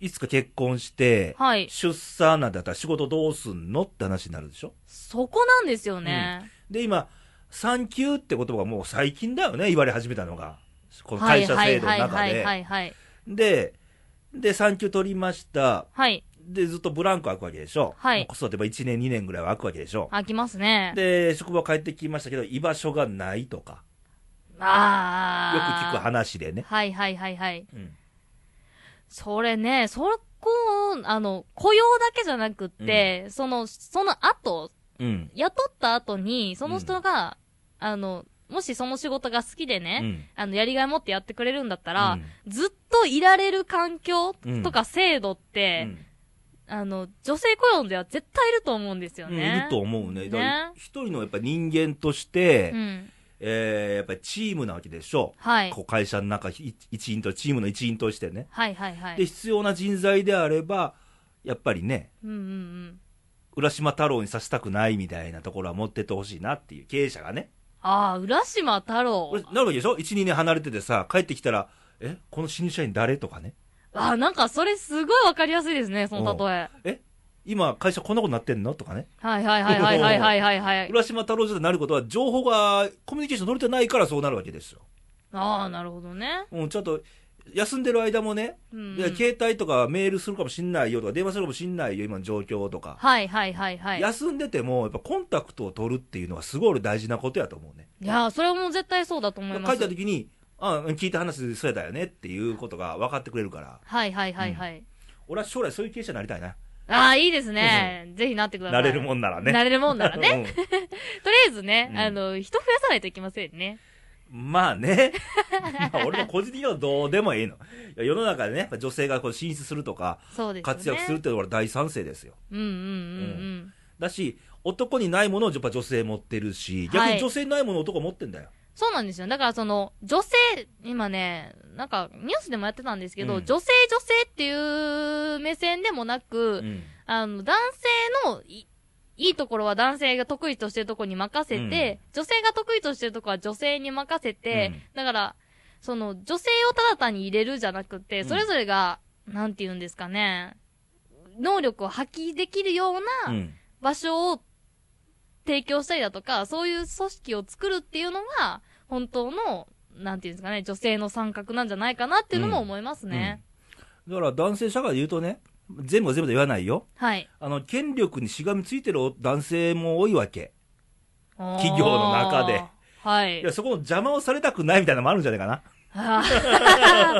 い、つか結婚して、
はい。
出産なんだったら仕事どうすんのって話になるでしょ
そこなんですよね。
で、今、産休って言葉がもう最近だよね、言われ始めたのが。この
は
会
い
社
は
制
い
度の
はい
中
はいは
で。
いはい。
で、で、産休取りました。
はい。
で、ずっとブランク空くわけでしょ
はい
もう子育てば1年、2年ぐらいは空くわけでしょ
飽きますね。
で、職場帰ってきましたけど、居場所がないとか、よく聞
あー。
く話でね。
はいはいはいはい。
うん
それね、そこを、あの、雇用だけじゃなくって、その、その後、
うん。
雇った後に、その人が、あの、もしその仕事が好きでね、
うん
あの、やりがい持ってやってくれるんだった
う
ら
ん、
ずっといられる環境とか制度っ
う
て、
ん
あの、女性雇用では絶対いると思うんですよ
うん
ね。
いると思うね。だから
ね
一人のやっぱ人間として、
うん。
えーやっぱりチームなわけでしょ。
はい。
こう会社の中一一員と、チームの一員としてね。
はいはいは
で、
い。
必要な人材であれば、やっぱりね、
うんうんうん。
浦島太郎にさせたくないみたいなところは持ってってほしいなっていう、経営者がね。
ああ、浦島太郎
これ。なるわけでしょ ?1、2年離れててさ、帰ってきたら、えこの新入社員誰とかね。
ああ、なんかそれすごいわかりやすいですね、その例え。
え今、会社こんなことなってんのとかね。
はいはいはいはいはいはいはいはい。
浦島太郎時代になることは、情報が、コミュニケーション取れてないから *laughs* そうなるわけですよ。
ああ、なるほどね。
うん、ちょっと、休んでる間もね、
うん
いや携帯とかメールするかもしんないよとか、電話するかもしんないよ、今の状況とか。
はいはいはいはい。い
休んでても、やっぱコンタクトを取るっていうのはすごい俺大事なことやと思うね。
やー、それはもう絶対そうだと思いま
書い
す
た。時に、あ聞いた話そうやだよねっていうことが分かってくれるから、
はいはいはいはい。
俺は将来そういう経営者になりたいな。
ああ、いいですね。ぜひなってくださ。
ないれるもんならね。
なれるも
*laughs*
んならね。
うん
とりあえずね、
うん
あの、人増やさないといけませんね。
まあね。 *laughs* まあ俺の個人的にはどうでもいいの。いや世の中でね、女性がこう進出するとか、
そうですよね。
活躍するっていうのは俺大賛成ですよ。
うんうんうんうん。
だし、男にないものをやっぱ女性持ってるし、
はい
逆に女性にないものを男持ってんだよ。
そうなんですよ。だからその、女性、今ね、なんかニュースでもやってたんですけど、
うん
女性女性っていう目線でもな
う
く、
ん
あの、男性のい、いいところは男性が得意としてるところに任せて、女性が得意としてるところは女性に任せて、
うん
だから、その、女性をただ単に入れるじゃなくて、
うん
それぞれが、なんて言うんですかね、能力を発揮できるよう
う
なん場所を提供したりだとか、そういう組織を作るっていうのが、本当の、なんて言うんですかね、女性の参画なんじゃないかなっていうのも思いますね。
うんだから男性社会で言うとね、全部は全部で言わないよ。
はい。
あの、権力にしがみついてる男性も多いわけ。企業の中で
あー。はい。
いや、そこの邪魔をされたくないみたいなのもあるんじゃないか
*laughs*
な。
あ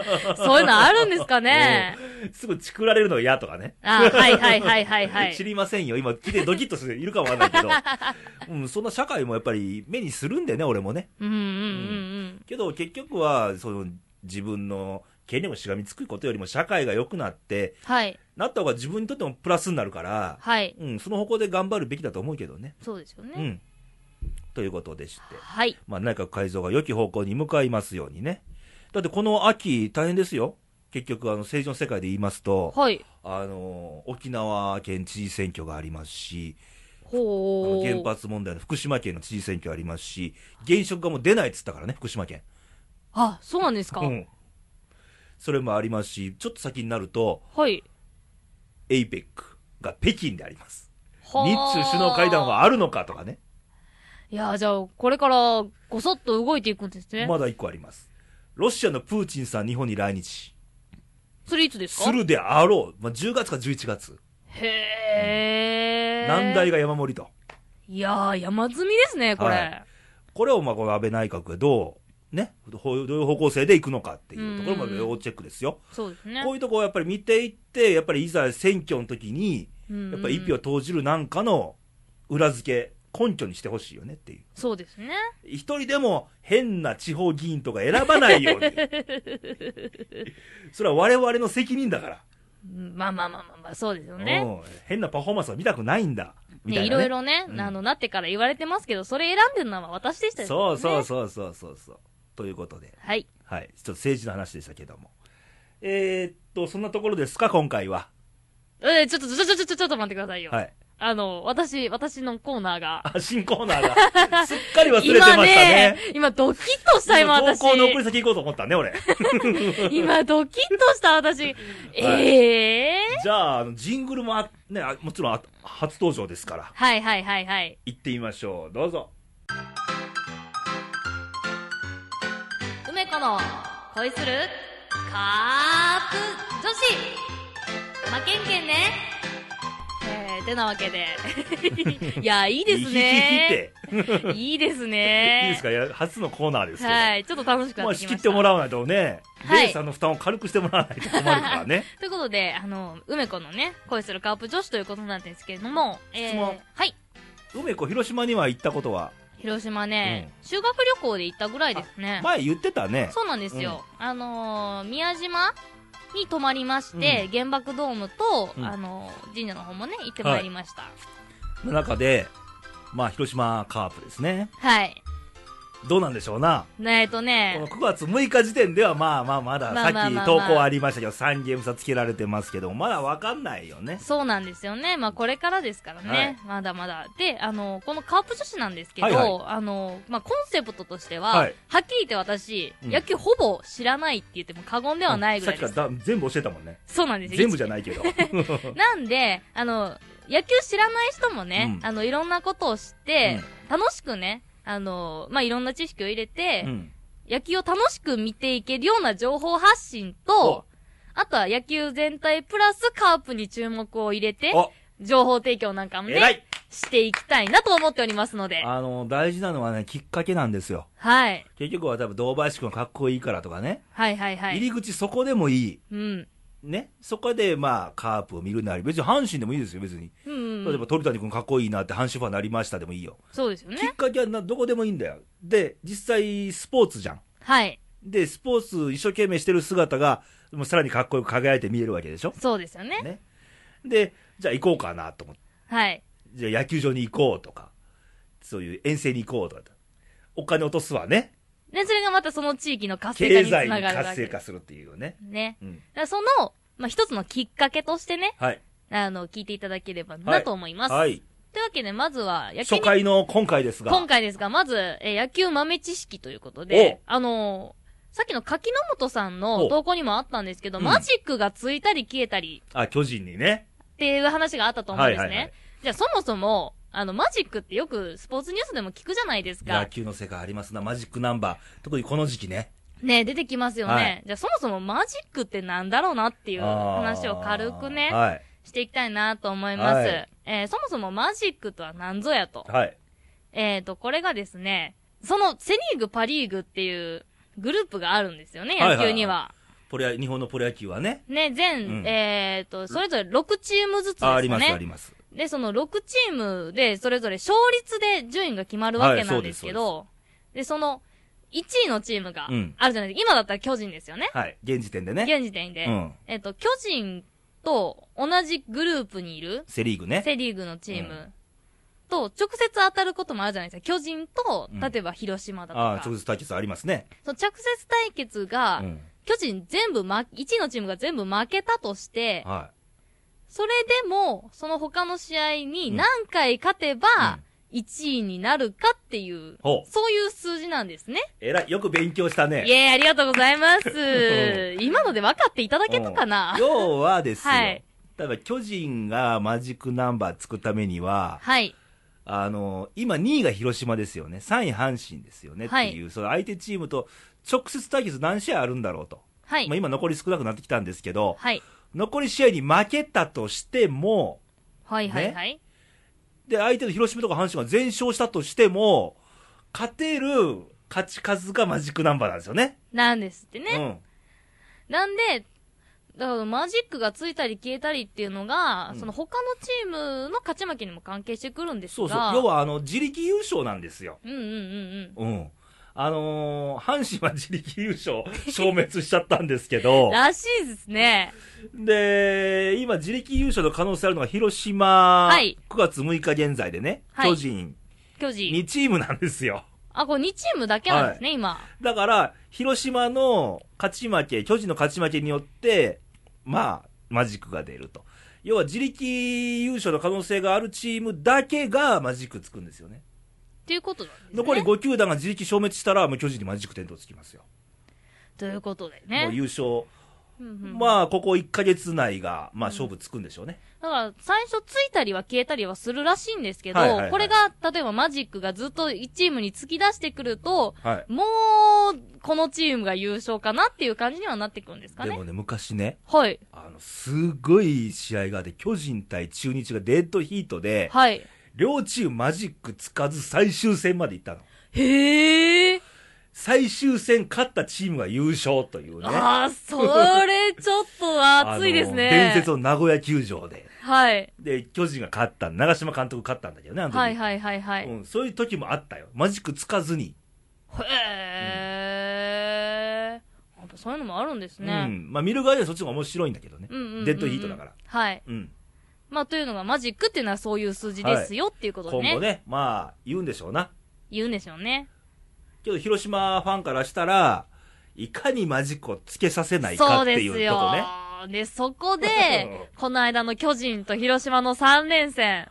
ー *laughs* そういうのあるんですかね
すぐチクられるのが嫌とかね。
あーはいはいはいはいは
知
い。
りませんよ。今、来てドキッとする人いるかもわかんないけ
*laughs*
ど。うん、そんな社会もやっぱり目にするんだよね、俺もね。
うんうんうん
けど、結局は、その、自分の権力をしがみつくことよりも社会が良くなって、
うん。はい。
なった方が自分にとってもプラスになるから、
はい。
うん、その方向で頑張るべきだと思うけどね。
そうですよ
う
ね。
ん。ということでして。
はい。
まあ、内閣改造が良き方向に向かいますようにね。だってこの秋、大変ですよ。結局、あの、政治の世界で言いますと、
はい。
あの、沖縄県知事選挙がありますし、あ
ほ
の
う。
原発問題の福島県の知事選挙ありますし、現職がもう出ないっつったからね、福島県。
あ、そうなんですか、
うん。それもありますし、ちょっと先になると、
はい。
APEC が北京であります。日
はー
中首脳会談はあるのかとかね。
いや、じゃあ、これから、ごそっと動いていくんですね。
まだ一個あります。ロシアのプーチンさん日本に来日
それいつですか
するであろう。まあ、10月か11月。
へー。
難題が山盛りと。
いやー、山積みですね、これ。
はこれをまあこの安倍内閣がどう、ね、ほどういう方向性でいくのかっていうところまで要チェックですよ。
そうですね。
こういうところをやっぱり見ていって、やっぱりいざ選挙の時に、やっぱり一
うんう
票
ん。
投じるなんかの裏付け、根拠にしてほしいよねっていう。
そうですね。
一人でも変な地方議員とか選ばないように。
*laughs*
それは我々の責任だから。
うんまあまあまあまあまあ、そうですよね。
うん変なパフォーマンスは見たくないんだ。みた
ね、
い
い
な、
ろ
ね。
いろね、
うん
あの、なってから言われてますけど、それ選んでるのは私でしたよね。
そうそうそうそうそうそう。ということで、
はい。
はい。ちょっと政治の話でしたけども。えー、っと、そんなところですか、今回は。
えー、ちょっと、ちょ、ちょ、ちょ、ちょちょっと待ってくださいよ。
はい。
あの、私、私のコーナーが。
あ、新コーナー
*laughs*
が、すっかり忘れてました
今
ね。
今ドキッとした今
投
私。
稿の送り先行こうと思ったね、俺。
今ドキッとした私。ええー
じゃあ、あのジングルもあ、ね、あもちろんあ初登場ですから、
はいはいはいはい。
行ってみましょう。どうぞ。
梅子の恋するカープ女子負けんけんね。えー、てなわけで。いや、いいですね。
ひひひって。 *laughs*
いいです
いい
ね。
ですかいや初のコーナーですけど。
はい、ちょっと楽しくな
ま
っ
あ、
てき
仕
ま
切っ
してた。
もらわないとね、
はい
レイさんの負担を軽くしてもらわないと困るからね。
ということで、あの、梅子のね、恋するカープ女子ということなんですけれども、えー
質問
はい。
梅子、広島には行ったことは、
広島ね、修学旅行で行ったぐらいですね。
前言ってたね。
そうなんですよ。あのー、宮島に泊まりまして、原爆ドームと、
うん
あのー、神社の方もね、行ってまいりました。
の中で、まあ、広島カープですね。
はい。
どうなんでしょうな。
ねえっと
こ
ね
の、9月6日時点では、まあまあまだ、
ま
さ
あまあ
っき
まあ
投稿ありましたけど、3ゲーム差つけられてますけど、まだわかんないよね。
そうなんですよね。まあこれからですからね。
はい
まだまだ。で、あの、このカープ女子なんですけど、
はいはい
あの、まあコンセプトとしては、は
は
っ
い
きり言って私、
うん
野球ほぼ知らないって言っても過言ではないぐらい
さ
で
っき。
す
からだ全部教えたもんね。
そうなんですよ。
全部じゃ
い。
ないけど。
なんで、あの、野球知らない人もね、
うん
あの、いろんなことを知って、楽しくね、あの、まあ、いろんな知識を入れて、 *laughs*
うん。
野球を楽しく見ていけるような情報発信と、あとは野球全体プラスカープに注目を入れて、
お、
情報提供なんかも
偉
ね、
い
していきたいなと思っておりますので。
あの、大事なのはね、きっかけなんですよ。
はい。
結局は多分、堂林くんかっこいいからとかね。
はいはいは
入
い。
り口そこでもいい。
うん。
ね。そこで、まあ、カープを見るなり、別に阪神でもいいですよ、別に。
うんうん、
例えば、鳥谷君かっこいいなって阪神ファンになりましたでもいいよ。
そうですよ
きっ
ね。
かけはなどこでもいいんだよ。で、実際、スポーツじゃん。
はい。
で、スポーツ一生懸命してる姿が、もうさらにかっこよく輝いて見えるわけでしょ。
そうですよね。
ね。で、じゃあ行こうかなと思って。
はい。
じゃあ野球場に行こうとか、そういう遠征に行こうとか。お金落とすわね。
で、それがまたその地域の活性化
経
につな
済に
がるわ
活
け
性
で
化
す。
するっていうよね。
ね。
うん。
だからその、まあ、一つのきっかけとしてね、
はい。
あの、聞いていただければ
は
ないと思います。
はい。
というわけで、まずは、野
初
球に
回の今回ですが。
今回ですが、まず、えー野球豆知識ということで、あのーさっきの柿本さんの
お
投稿にもあったんですけ
う
ど、
ん
マジックがついたり消えたり
あ、巨人にね。
っていう話があったと思うんですね。
はいはいはい
じゃあ、そもそも、あの、マジックってよくスポーツニュースでも聞くじゃないです
野
か。
球の世界ありますな、マジックナンバー。特にこの時期ね。
ね、出てきますよね。
はい
じゃあ、そもそもマジックってなんだろうなっていう話を軽くね、
あーはい。
していきたいなと思います。
はい
えーそもそもマジックとは何ぞやと。
はい。
えーと、これがですね、そのセリーグ、パリーグっていうグループがあるんですよ
は
ね、
いは
野
いはい
球には。
プロ野日本のプロ野球はね。
ね、全、
うん
えーと、それぞれ6チームずつです
あ、
よ
あります、あり
ね。
ます。
で、その6チームで、それぞれ勝率で順位が決まるわけなんですけど、でその、1位のチームが
うん
あるじゃないですか。今だったら巨人ですよね。
はい。現時点でね。
現時点で。
うん。
えっ、と、巨人と同じグループにいる、
セリーグね。
セリーグのチーム、
う
と直接当たることもあるじゃないですか。巨人と
うん、
例えば広島だと
あ
か。
あ、直接対決ありますね。
その直接対決が、
うん。
巨人全部ま、1位のチームが全部負けたとして、
は
それでも、その他の試合に
うん
何回勝てば、
うん
1位になるかっていう、
ほう
そういう数字なんです
い。
ね。
えらい、よく勉強した
い
ね。
え、ありがとうございま
*laughs*
す
う。
今ので分かっていただけたかな、
要はですよ。
はい
例えば巨人がマジックナンバーつくためには、
はい。
あの、今2位が広島ですよね。3位阪神ですよね。って
はい
いう、その相手チームと直接対決何試合あるんだろうと。
はい
まあ。今残り少なくなってきたんですけど、
はい。
残り試合に負けたとしても、
はいはいはい。
で、相手の広島とか阪神が全勝したとしても、勝てる勝ち数がマジックナンバーなんですよね。
なんですってね。
うん。
なんで、だからマジックがついたり消えたりっていうのが、
うん
その他のチームの勝ち負けにも関係してくるんですが。
そうそう。要は、あの、自力優勝なんですよ。
うんうんうん
うん。あのー阪神は自力優勝、消滅しちゃったんですけ
う
ど
*laughs* ん。、らしいですね。
で、今、自力優勝の可能性あるのが広島、
はい
9月6日現在でね、
はい
巨人、
巨人。
2チームなんですよ。
あ、これ2チームだけなんですね、今。
だから、広島の勝ち負け、巨人の勝ち負けによって、まあ、マジックが出ると。要は自力優勝の可能性があるチームだけがマジックつくんですよね。
ということなんですね。
残り5球団が自力消滅したら、もう巨人にマジック点灯つきますよ。
ということで
もう
ね。
優勝。
うんうんだか
まあ、ここ1ヶ月内が、まあ、勝負つくんでしょうね。
ら、最初ついたりは消えたりはするらしいんですけど、
はいはいはい
これが、例えばマジックがずっと1チームに突き出してくると、
はい。
もう、このチームが優勝かなっていう感じにはなってくるんですか
で
ね。
もね、昔ね、
はい。
あの、すごい試合があって、巨人対中日がデッドヒートで、
はい。
両チームマジックつかず最終戦まで行ったの。
へえ。
最終戦勝ったチームが優勝というね。
ああ、それちょっとは熱いです
*laughs*
ね。
あの伝説の名古屋球場で。
はい。
で、巨人が勝った。長嶋監督勝ったんだけどね、あの時。
はいはいはいはい。
うん、そういう時もあったよ。マジックつかずに。
へえ。やっぱそういうのもあるんです
う
ね。
ん。まあ、見る側にはそっちの方が面白いんだけどね。
うん、うんうんうん
デッドヒートだから。
はい。
うん。
まあ、というのがマジックっていうのはそういう数字ですよっていうことで
今
ね。
後ね、まあ、言うんでしょうな。
言うんでしょうね。
けど広島ファンからしたら、いかにマジックをつけさせないかっていうとこね。
で、そこ
*laughs*
で、この間の巨人と広島の3連戦。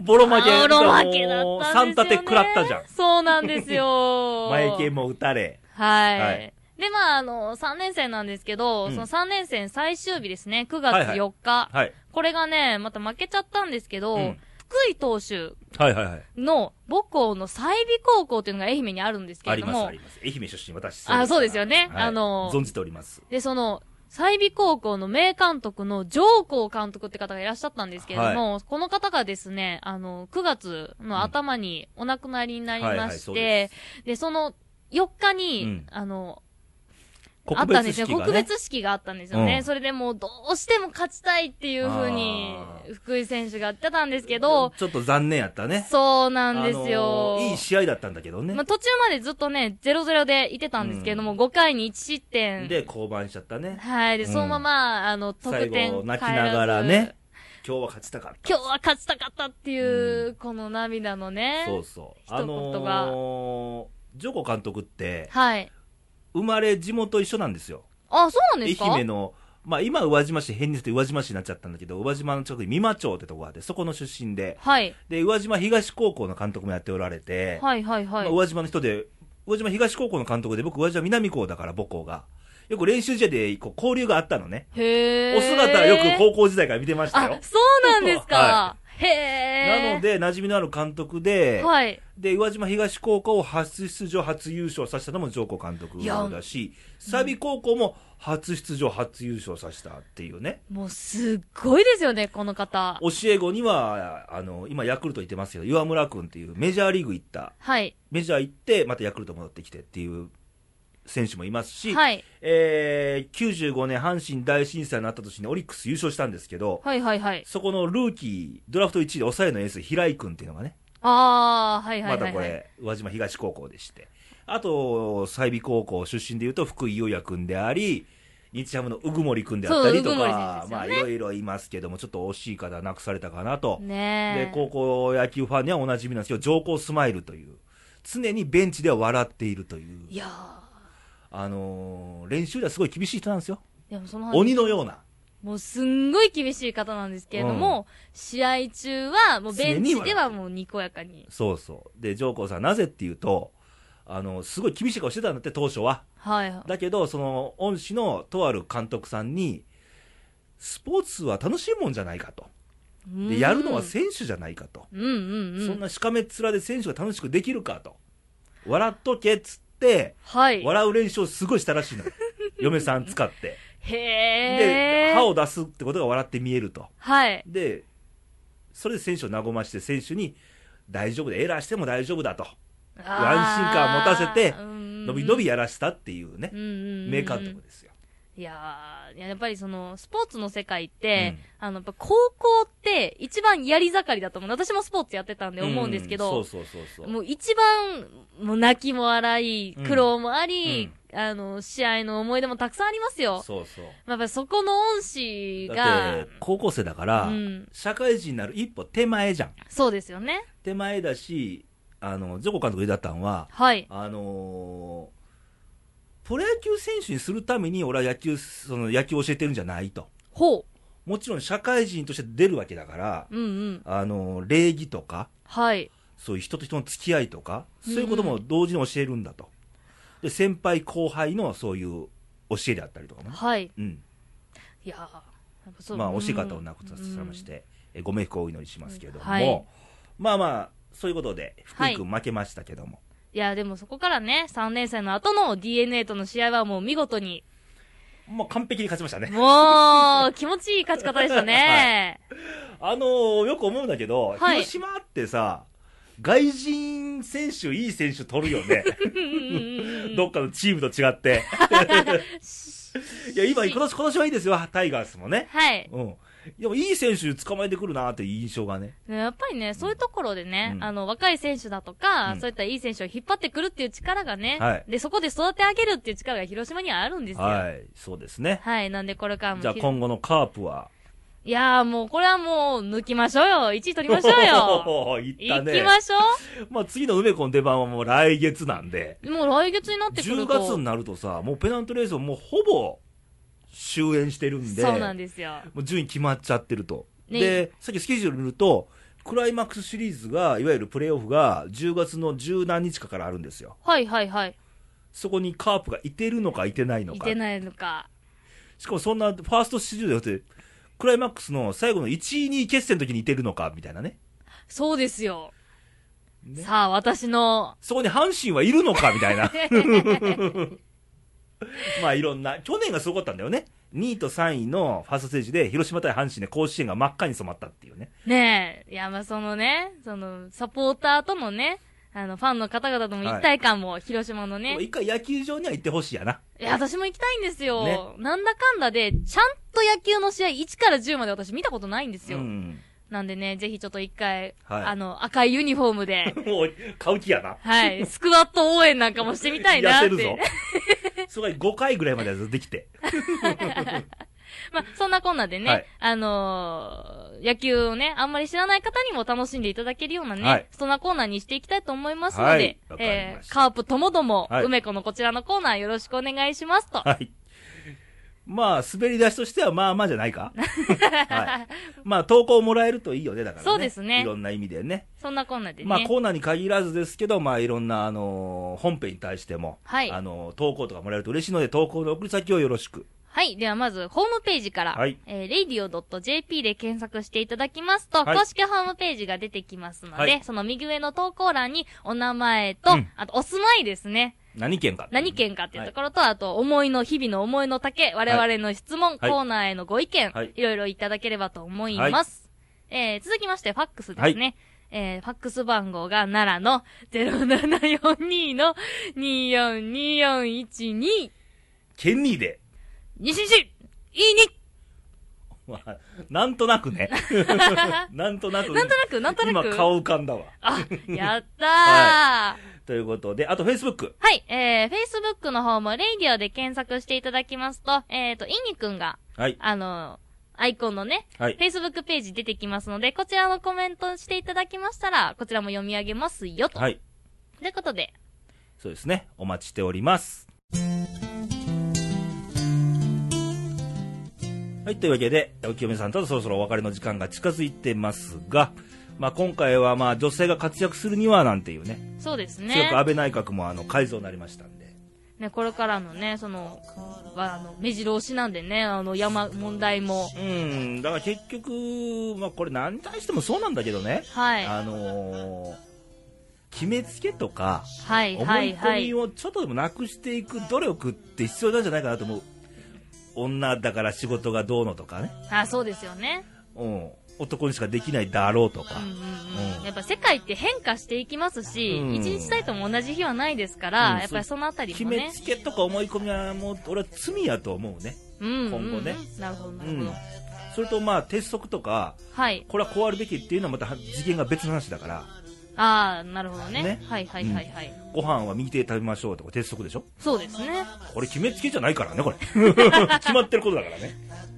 ボロ負け。
ボロ負けだったんですよ、ね。
3立て食らったじゃん。
そうなんですよ
*laughs* 前池も打たれ。
はい。
はい
で、まあ、あの、3連戦なんですけど、
うん
その3連戦最終日ですね、9月
はい
4日。
はい。
これがね、また負けちゃったんですけど、
うん
福井投手
はいはいはい。
の母校の済美高校っていうのが愛媛にあるんですけ
あ
れ
り
ど
ます
も
あ、ります。愛媛出身、私。
あそうですよね
はい
あのー
存じております。
で、その、済美高校の名監督の上皇監督って方がいらっしゃったんですけれども、この方がですね、あの、9月の頭にお亡くなりになり
はいは
ま
い
して、
そうで
で、その4日に、
うん
あの、あ
国
ったんで
別
すよ。
式
告
がね。
別式があったんですよね。
うん
それでもうどうしても勝ちたいっていうふうに
あ、ー
福井選手が言ってたんですけど、
ちょっと残念やったね。
そうなんです
あ
よ。
のーいい試合だったんだけどね。
まあ、途中までずっとね、0-0でいてたんですけれども、
うん
5回に1失点。
で、降板しちゃったね。
はい。で、
うん
そのまま、あの、得
最
点
後、泣き
変え
な
ず
がらね。。今日は勝ちたかった。
今日は勝ちたかったっていう、
う
この涙のね。
そうそう。
一
あ
言が
のー、ジョコ監督って、
はい。
生まれ地元一緒なんですよ。
あ、そうなん
愛
ですか
媛の、まあ今宇和島市、変にして宇和島市になっちゃったんだけど、宇和島の近くに美馬町ってとこがあって、そこの出身で、
はい。
で、宇和島東高校の監督もやっておられて、
はいはいはい。
まあ宇和島の人で、宇和島東高校の監督で、僕、宇和島南高だから母校が。よく練習試合でこう交流があったのね。
へー。
お姿はよく高校時代から見てました
あ
よ、。
そうなんですか
は。
へー。
なので、馴染みのある監督で、
はい。
で、宇和島東高校を初出場、初優勝させたのも上皇監督だし、サビ高校も初出場、初優勝させたっていうね。
もうすっごいですよね、この方。
教え子には、あの、今ヤクルト行ってますけど、岩村君っていうメジャーリーグ行った、
はい。
メジャー行って、またヤクルト戻ってきてっていう選手もいますし、
はい。
えー95年阪神大震災のあった年にオリックス優勝したんですけど、
はいはいはい。
そこのルーキー、ドラフト1位で抑えのエース、平井君っていうのがね、
あー、はいはいは
また
い、はい。
これ、宇和島東高校でして、あと、済美高校出身でいうと、福井優也君であり、日ハムの鵜久森君であったりと
そう鵜久森選手
か
で、す
まあ、
よね
いろいろいますけども、ちょっと惜しい方、亡くされたかなと。
ねえ。
で高校野球ファンにはおなじみなんですけど、上皇スマイルという、常にベンチでは笑っているという、
いや
あのー練習ではすごい厳しい人なんですよ、
ー。でもその話
鬼のような、
もうすんごい厳しい方なんですけれども、試合中はもうベンチではもうにこやかに。
そうそう、で上皇さん、なぜっていうと、あのすごい厳しい顔してたんだって、当初は。
はいはい。
だけど、その恩師のとある監督さんに、スポーツは楽しいもんじゃないかと、
う
で
ん
やるのは選手じゃないかと、
うんうんうん。
そんなしかめっ面で選手が楽しくできるかと、笑っとけっつって、
はい。
笑う練習をすごいしたら
*laughs*
しいのよ、嫁さん使って。
へ
で
ー。、
歯を出すってことが笑って見えると。
はい。
で、それで選手を和まして、選手に、大丈夫だ、エラーしても大丈夫だと、
安心
心感を持たせて
伸
伸び伸びやらしたっていうね
う、んうんうん、
名監督ですよ。
いやー、いややっぱりその、スポーツの世界って、あの、やっぱ高校って一番やり盛りだと思う。私もスポーツやってたんで思うんですけど、
うそうそうそうそう。
もう一番、もう泣きも荒い、苦労もあり、あの、試合の思い出もたくさんありますよ。
そうそう。
まあやっぱりそこの恩師
だっ
が
て、、高校生だから、
うん
社会人になる一歩手前じゃん。
そうですよね。
手前だし、あの、ジョコ監督言いだったのは、
はい。
あのープロ野球選手にするために俺は野球、その野球を教えてるんじゃないと。
ほ
もちろん社会人として出るわけだから、
う。うんうん。
あの、礼儀とか、
はい。
そういう人と人の付き合いとか、
う
そ
ん
ういうことも同時に教えるんだと。で、先輩後輩のそういう教えであったりとかもね。
はい。
うん。
いやーやっぱそう
まあ、
うん
惜しい方を亡くさせまして、えご冥福をお祈りしますけども、
はい
まあまあ、そういうことで、福
はい
井君負けましたけども、
いや、でもそこからね、3年生の後の DNA との試合はもう見
*laughs*
事に、
まあ完璧に勝ちましたね。
もう、気持ちいい勝ち方でしたね。
あのーよく思うんだけど、
はい
広島ってさ、外人選手、いい選手取るよ
*laughs*
ね。どっかのチームと違って。いや、今、今年、今年はいいですよ、タイガースもね。
はい。
うん。でも、いい選手捕まえてくるなーっていう印象がね。
ねやっぱりね、そういうところでね、
うん
あの、若い選手だとか、
うん
そういったいい選手を引っ張ってくるっていう力がね、
はい
で、そこで育て上げるっていう力が広島にはあるんですよ。はい。
はい、そうですね。
なんでこれからも
じゃあ、
ひ
今後のカープは、
いやーもう、これはもう、抜きましょうよ。1位取りましょう
*laughs*
よ。
おーいった
行
ね。
きましょ
まあ次の梅子の出番はもう来月なんで、
う。もう来月になってく
10
る
月
と。
になるとさ、もうペナントレースをもうほぼ終焉してるんで、
そうなんですよ。
もう順位決まっちゃってると。
ね
で、さっきスケジュール見ると、クライマックスシリーズが、いわゆるプレーオフが10月の十何日かからあるんですよ。
はいはいはい。
そこにカープがいてるのかいてないの
い
か
て。ないのか。
しかもそんなファーストシリーズでって、クライマックスの最後の1位、2位決戦の時にいてるのか、みたいなね。
そうですよ。
ね
さあ、私の、
そこに阪神はいるのかみたいな。 *laughs* まあいろんな、去年がすごかったんだよね。2位と3位のファーストステージで、広島対阪神で甲子園が真っ赤に染まったっていうね。
ねえ、いや、まあ、そのね、その、サポーターとのね、あの、ファンの方々との一体感も、広島の
で
ね、
も
い、
一回野球場には行ってほしいやな。
や、私も行きたいんですよ。
ね
なんだかんだで、ちゃんと野球の試合1から10まで私見たことないんです
う
よ。
ん。
なんでね、ぜひちょっと一回、
はい
あの、赤いユニフォームで、
もう、買う気やな。
はい、スクワット応援なんかもしてみたいなって。
*laughs* 痩せるぞ。すごい5回ぐらいまではできて。
まあ、そんなこんなでね、
はい
あのー野球をね、あんまり知らない方にも楽しんでいただけるようなね、
はい
そんなコーナーにしていきたいと思いますので、
はいわかりました
えーカープともども、
はい
梅子のこちらのコーナーよろしくお願いしますと。
はい。まあ、滑り出しとしてはまあまあじゃないか。はい。
*laughs*
まあ、投稿もらえるといいよね、だからね。
そうですね
いろんな意味でね。
そんなコーナーでね。
まあ、コーナーに限らずですけど、まあ、いろんな、あのー本編に対しても、
はい
あのー投稿とかもらえると嬉しいので、投稿の送り先をよろしく。
はい。ではまず、ホームページから、
はい
えー radio.jp で検索していただきますと、
はい
公式ホームページが出てきますので、
はい
その右上の投稿欄にお名前と、
うん
あとお住まいですね。
何件か。
何件かっていうところと、あと、思いの、日々の思いの丈、我々の質問、
はい
コーナーへのご意見、
はい
い、ろいろいただければと思います。えー、続きまして、ファックスですね。えー、ファックス番号が奈良の0742の242412、
ケニーで。
西市、いいに、
まあなんとなく
*laughs*
ね。 *laughs* なんとなく。
なんとなく、なんとなく。
今、顔浮かんだわ。
あ、やったー、
*laughs* はということで、あと、Facebook。
はい、えー、Facebook の方も、レイディオで検索していただきますと、えーと、いにくんが、
はい。
あの、アイコンのね、
*laughs* はい。
Facebook ページ出てきますので、こちらのコメントしていただきましたら、こちらも読み上げますよ、と。
はい。
ということで、
そうですね。お待ちしております。はい。というわけで、お清めさんとはそろそろお別れの時間が近づいてますが、まあ、今回はまあ女性が活躍するにはなんていうね、
そうです
強く
ね。
安倍内閣もあの改造になりましたんで、
ね、これからのね、その、は、あの、目白押しなんでね、あの、山、問題も。
うん、だから結局、まあ、これ、何に対してもそうなんだけどね、
はい。は
あのー決めつけとか、
い、
思
はい、
い
は
込み
い。
をちょっとでもなくしていく努力って必要なんじゃないかなと思う女だから仕事がどうのとかね、
あ、そうですよね。
うん、男にしかできないだろうとか
うん、うんう
うん
ん。やっぱ世界って変化していきますし、
うん
一日たりとも同じ日はないですか
うん
ら、やっぱりそのあたり
決
も
め
ね。
つけとか思い込みはもう俺は罪やと思うね、
うんうんうん
今後ね。
なるほど、な
う
るほ
ん
ど。、
それとまあ鉄則とか
はい。
これはこうあるべきっていうのはまた次元が別の話だから
ああ、なるほどね
ね。
はい、はい、はい、はい。
ご飯は右手で食べましょうとか鉄則でしょ
そうですね。
これ決めつけじゃないからねこれ
*laughs*
決まってることだからね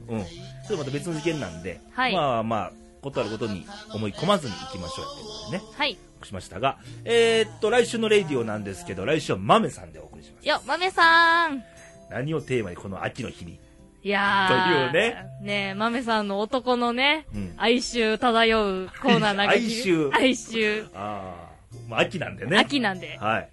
うんそれまた別の事件なんで、
はい
まあまあことあることに思い込まずにいきましょうってことでね
はい。
しましたが、えーっと、来週のレディオなんですけど、来週は豆さんでお送りします。
よ、豆さん
何をテーマにこの秋の日に。
いやー。
というね。
ねえ、豆さんの男のね、
うん
哀愁漂うコーナーなんか聞
*laughs* 哀愁
い哀愁。
ああ、まあ秋なんでね。
秋なんで。
はい。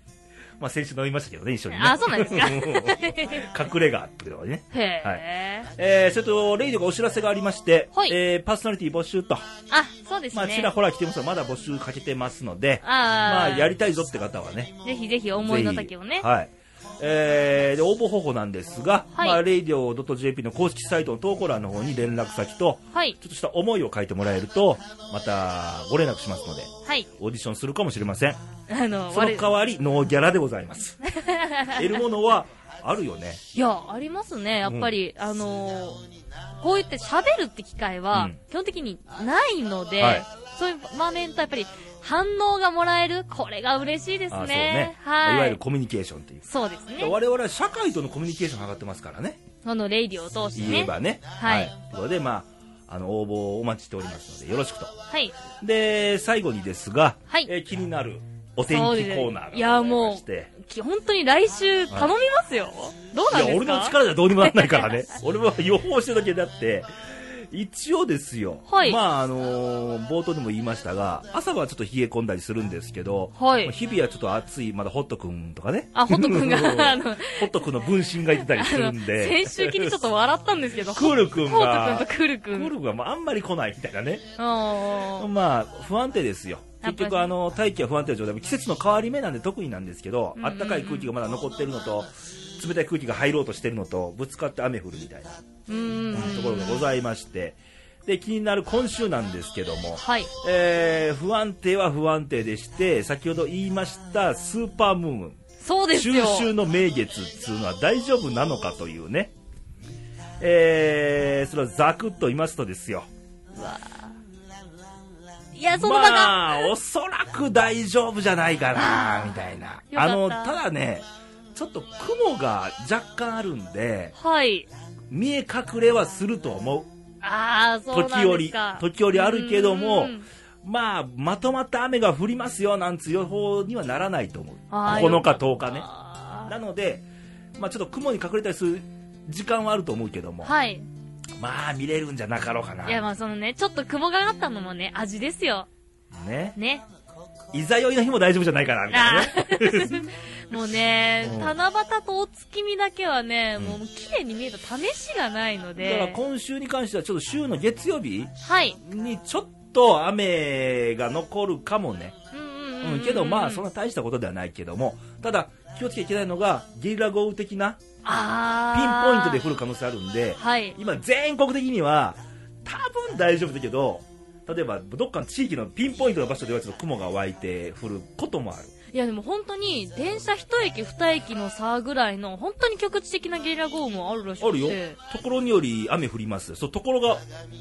まあ先週飲みましたけどね、一緒にね。
あ、そうなん
*laughs*
ですかへ
隠れがあってことでね。
え、
えー、それと、レイディオがお知らせがありまして、
はい
えー、パーソナリティ募集と、
あ、そうですね。
まあ、ちらほら来てますが、まだ募集かけてますので、ま
あ
あ、
ー
やりたいぞって方はね、
ぜひぜひ思いの丈を
ぜ
ね
ひ。はい。えー、で、応募方法なんですが、
はい
まあ、radio.jp の公式サイトの投稿欄の方に連絡先と、
はい。
ちょっとした思いを書いてもらえると、またご連絡しますので、
はい。
オーディションするかもしれません。
あの、
その
我々
代わり、ノーギャラでござい
*laughs*
ます。得るものはあるよね。
いや、ありますね。やっぱり、あのー、こう言って喋るって機会は
うん、
基本的にないので、
はい
そういう場面とやっぱり、反応がもらえる、これが嬉しいです
あそ
ね。
うね、
はい。
いわゆるコミュニケーションっていう。
そうですね。
我々は社会とのコミュニケーションが上がってますからね。
このレイディオを通してね。
言えばね。
はい
ということで、まあの、応募をお待ちしておりますので、よろしくと。
はい。
で、最後にですが、
はい
えー気になるお天気コーナー
いや
がござい
も
まして。
う、き本当に来週頼みますよ。どう
い
なん
や、
で
俺
すか
の力じゃどうにもならないから
*laughs*
ね。俺は予報してるだけであって、一応ですよ。
はい
まあ、あのー冒頭でも言いましたが、朝はちょっと冷え込んだりするんですけど、
はい
まあ日々はちょっと暑い、まだホットくんとかね。
あ、ホト君
そう *laughs*
が、あの、
ホットくんの分身がいてたりするんで。
*laughs* 先週聞いてちょっと笑ったんですけ
*laughs*
ど、
クール君
ホー
が
ト君とクール
ク
君。
ール君がまああんまり来ないみたいなね。
あ
まあ、不安定ですよ。結
やっ
局、
ぱり
あの、大気は不安定な状態で、季節の変わり目なんで特になんですけど
う、んうん
あ
うん
ったかい空気がまだ残ってるのと、冷たい空気が入ろうとしてるのと、ぶつかって雨降るみたいな
ーうーん。
ところがございまして、で、気になる今週なんですけども、
はい。
えー、不安定は不安定でして、先ほど言いましたスーパームーン、
そうです
中
よ。
秋の名月っつうのは大丈夫なのかというね、えー、それはざくっと言いますとですよ、
うわーいや、そのなんか、
まあ、おそらく大丈夫じゃないか
*laughs*
な、みたいな。
よか
あ
った
の、ただね、ちょっと雲が若干あるんで、
はい。
見え隠れはすると思う。
ああ、そうな
時
んです
折
か。、
時折あるけど
う
も
ん、
まあ、まとまった雨が降りますよ、なんつう予報にはならないと思う。
あー
9日、10日ね。
あー
なので、まあちょっと雲に隠れたりする時間はあると思うけども、
はい。
まあ見れるんじゃなかろうかな。
いや、まあそのね、ちょっと雲があったのもね、味ですよ。
ね。
ね。
いざ酔いの日も大丈夫じゃないかな、みたいなね。
もうね、
うん
七夕とお月見だけはね、
うん
もう綺麗に見えた試しがない
だ
の
から
で。
今週に関してはちょっと週の月曜日
はい。
にちょっと雨が残るかもね、
うんうんうんう、
うんん、けどまあそんな大したことではないけどもただ気をつけちゃいけないのがゲリラ豪雨的なピン
あ
ポイン
ー
トで降る可能性あるんで
はい。
今全国的には多分大丈夫だけど例えばどっかの地域のピンポイントの場所ではちょっと雲が湧いて降ることもある
いやでも本当に、電車一駅二駅の差ぐらいの、本当に局地的なゲリラ豪雨もあるらしくて。
あるよところにより雨降りますそうところが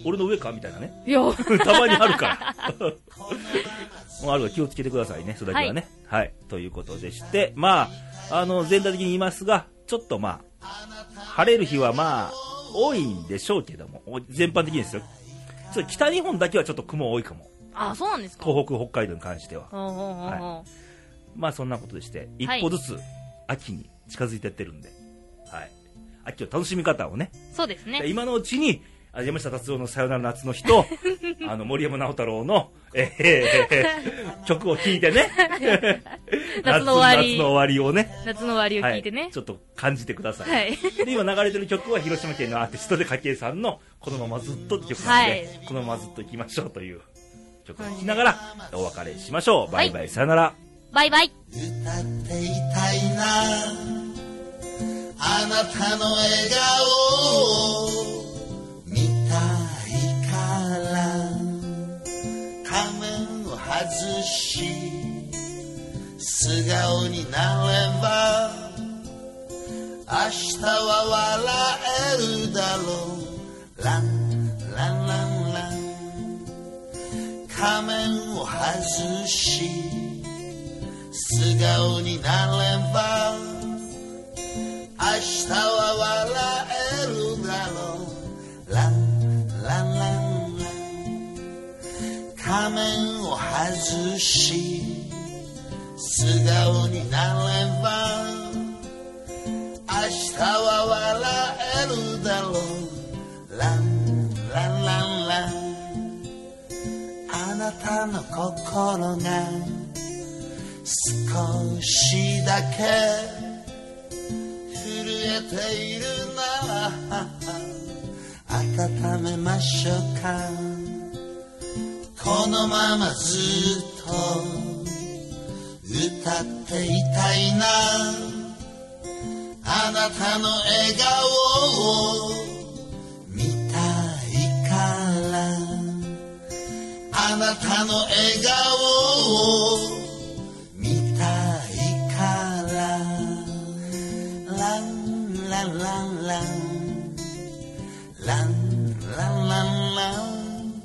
俺の上かみたいなね
いや、
*laughs* たまにあるから。もうあるから気をつけてくださいね、それだけはね。はい、ということでして、まあ、あの、全体的に言いますが、ちょっとまあ、晴れる日はまあ、多いんでしょうけども、お全般的にですよ。ちょっと北日本だけはちょっと雲多いかも。
あ、そうなんですか。
東北、北海道に関しては。
ほうほうほうほう
まあそんなことでして、一
はい
歩ずつ秋に近づいてってるんで、はい。秋の楽しみ方をね、
そうですね。
今のうちに、あ山下達郎の「さよなら夏の日
*laughs*
と」あの森山直太朗の、えーえーえー曲を聴いてね
*laughs* 夏の終わ
夏
り
の終わりをね
夏の終わりを聞いて
は
ね
い、。ちょっと感じてください、
はい。
で今流れてる曲は広島県のアーティストで筧恵さんの「このままずっと」って曲なんで、
はい
このままずっといきましょうという曲を聴きながらお別れしましょう、
はい
バイバイさよなら
バイバイ。
歌っていたいなあなたの笑顔を見たいから仮面を外し素顔になれば明日は笑えるだろうランランランラン仮面を外し素顔になれば明日は笑えるだろうランランランラン仮面を外し素顔になれば明日は笑えるだろうランランランランあなたの心が少しだけ震えているなら温めましょうかこのままずっと歌っていたいなあなたの笑顔を見たいからあなたの笑顔を見たいから」「ランランランラン」「ランランランラン」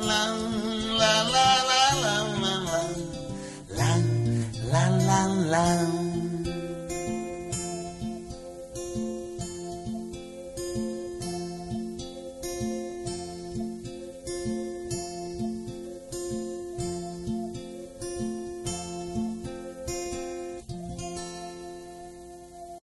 「ランラララランランラン」「ランランランラン」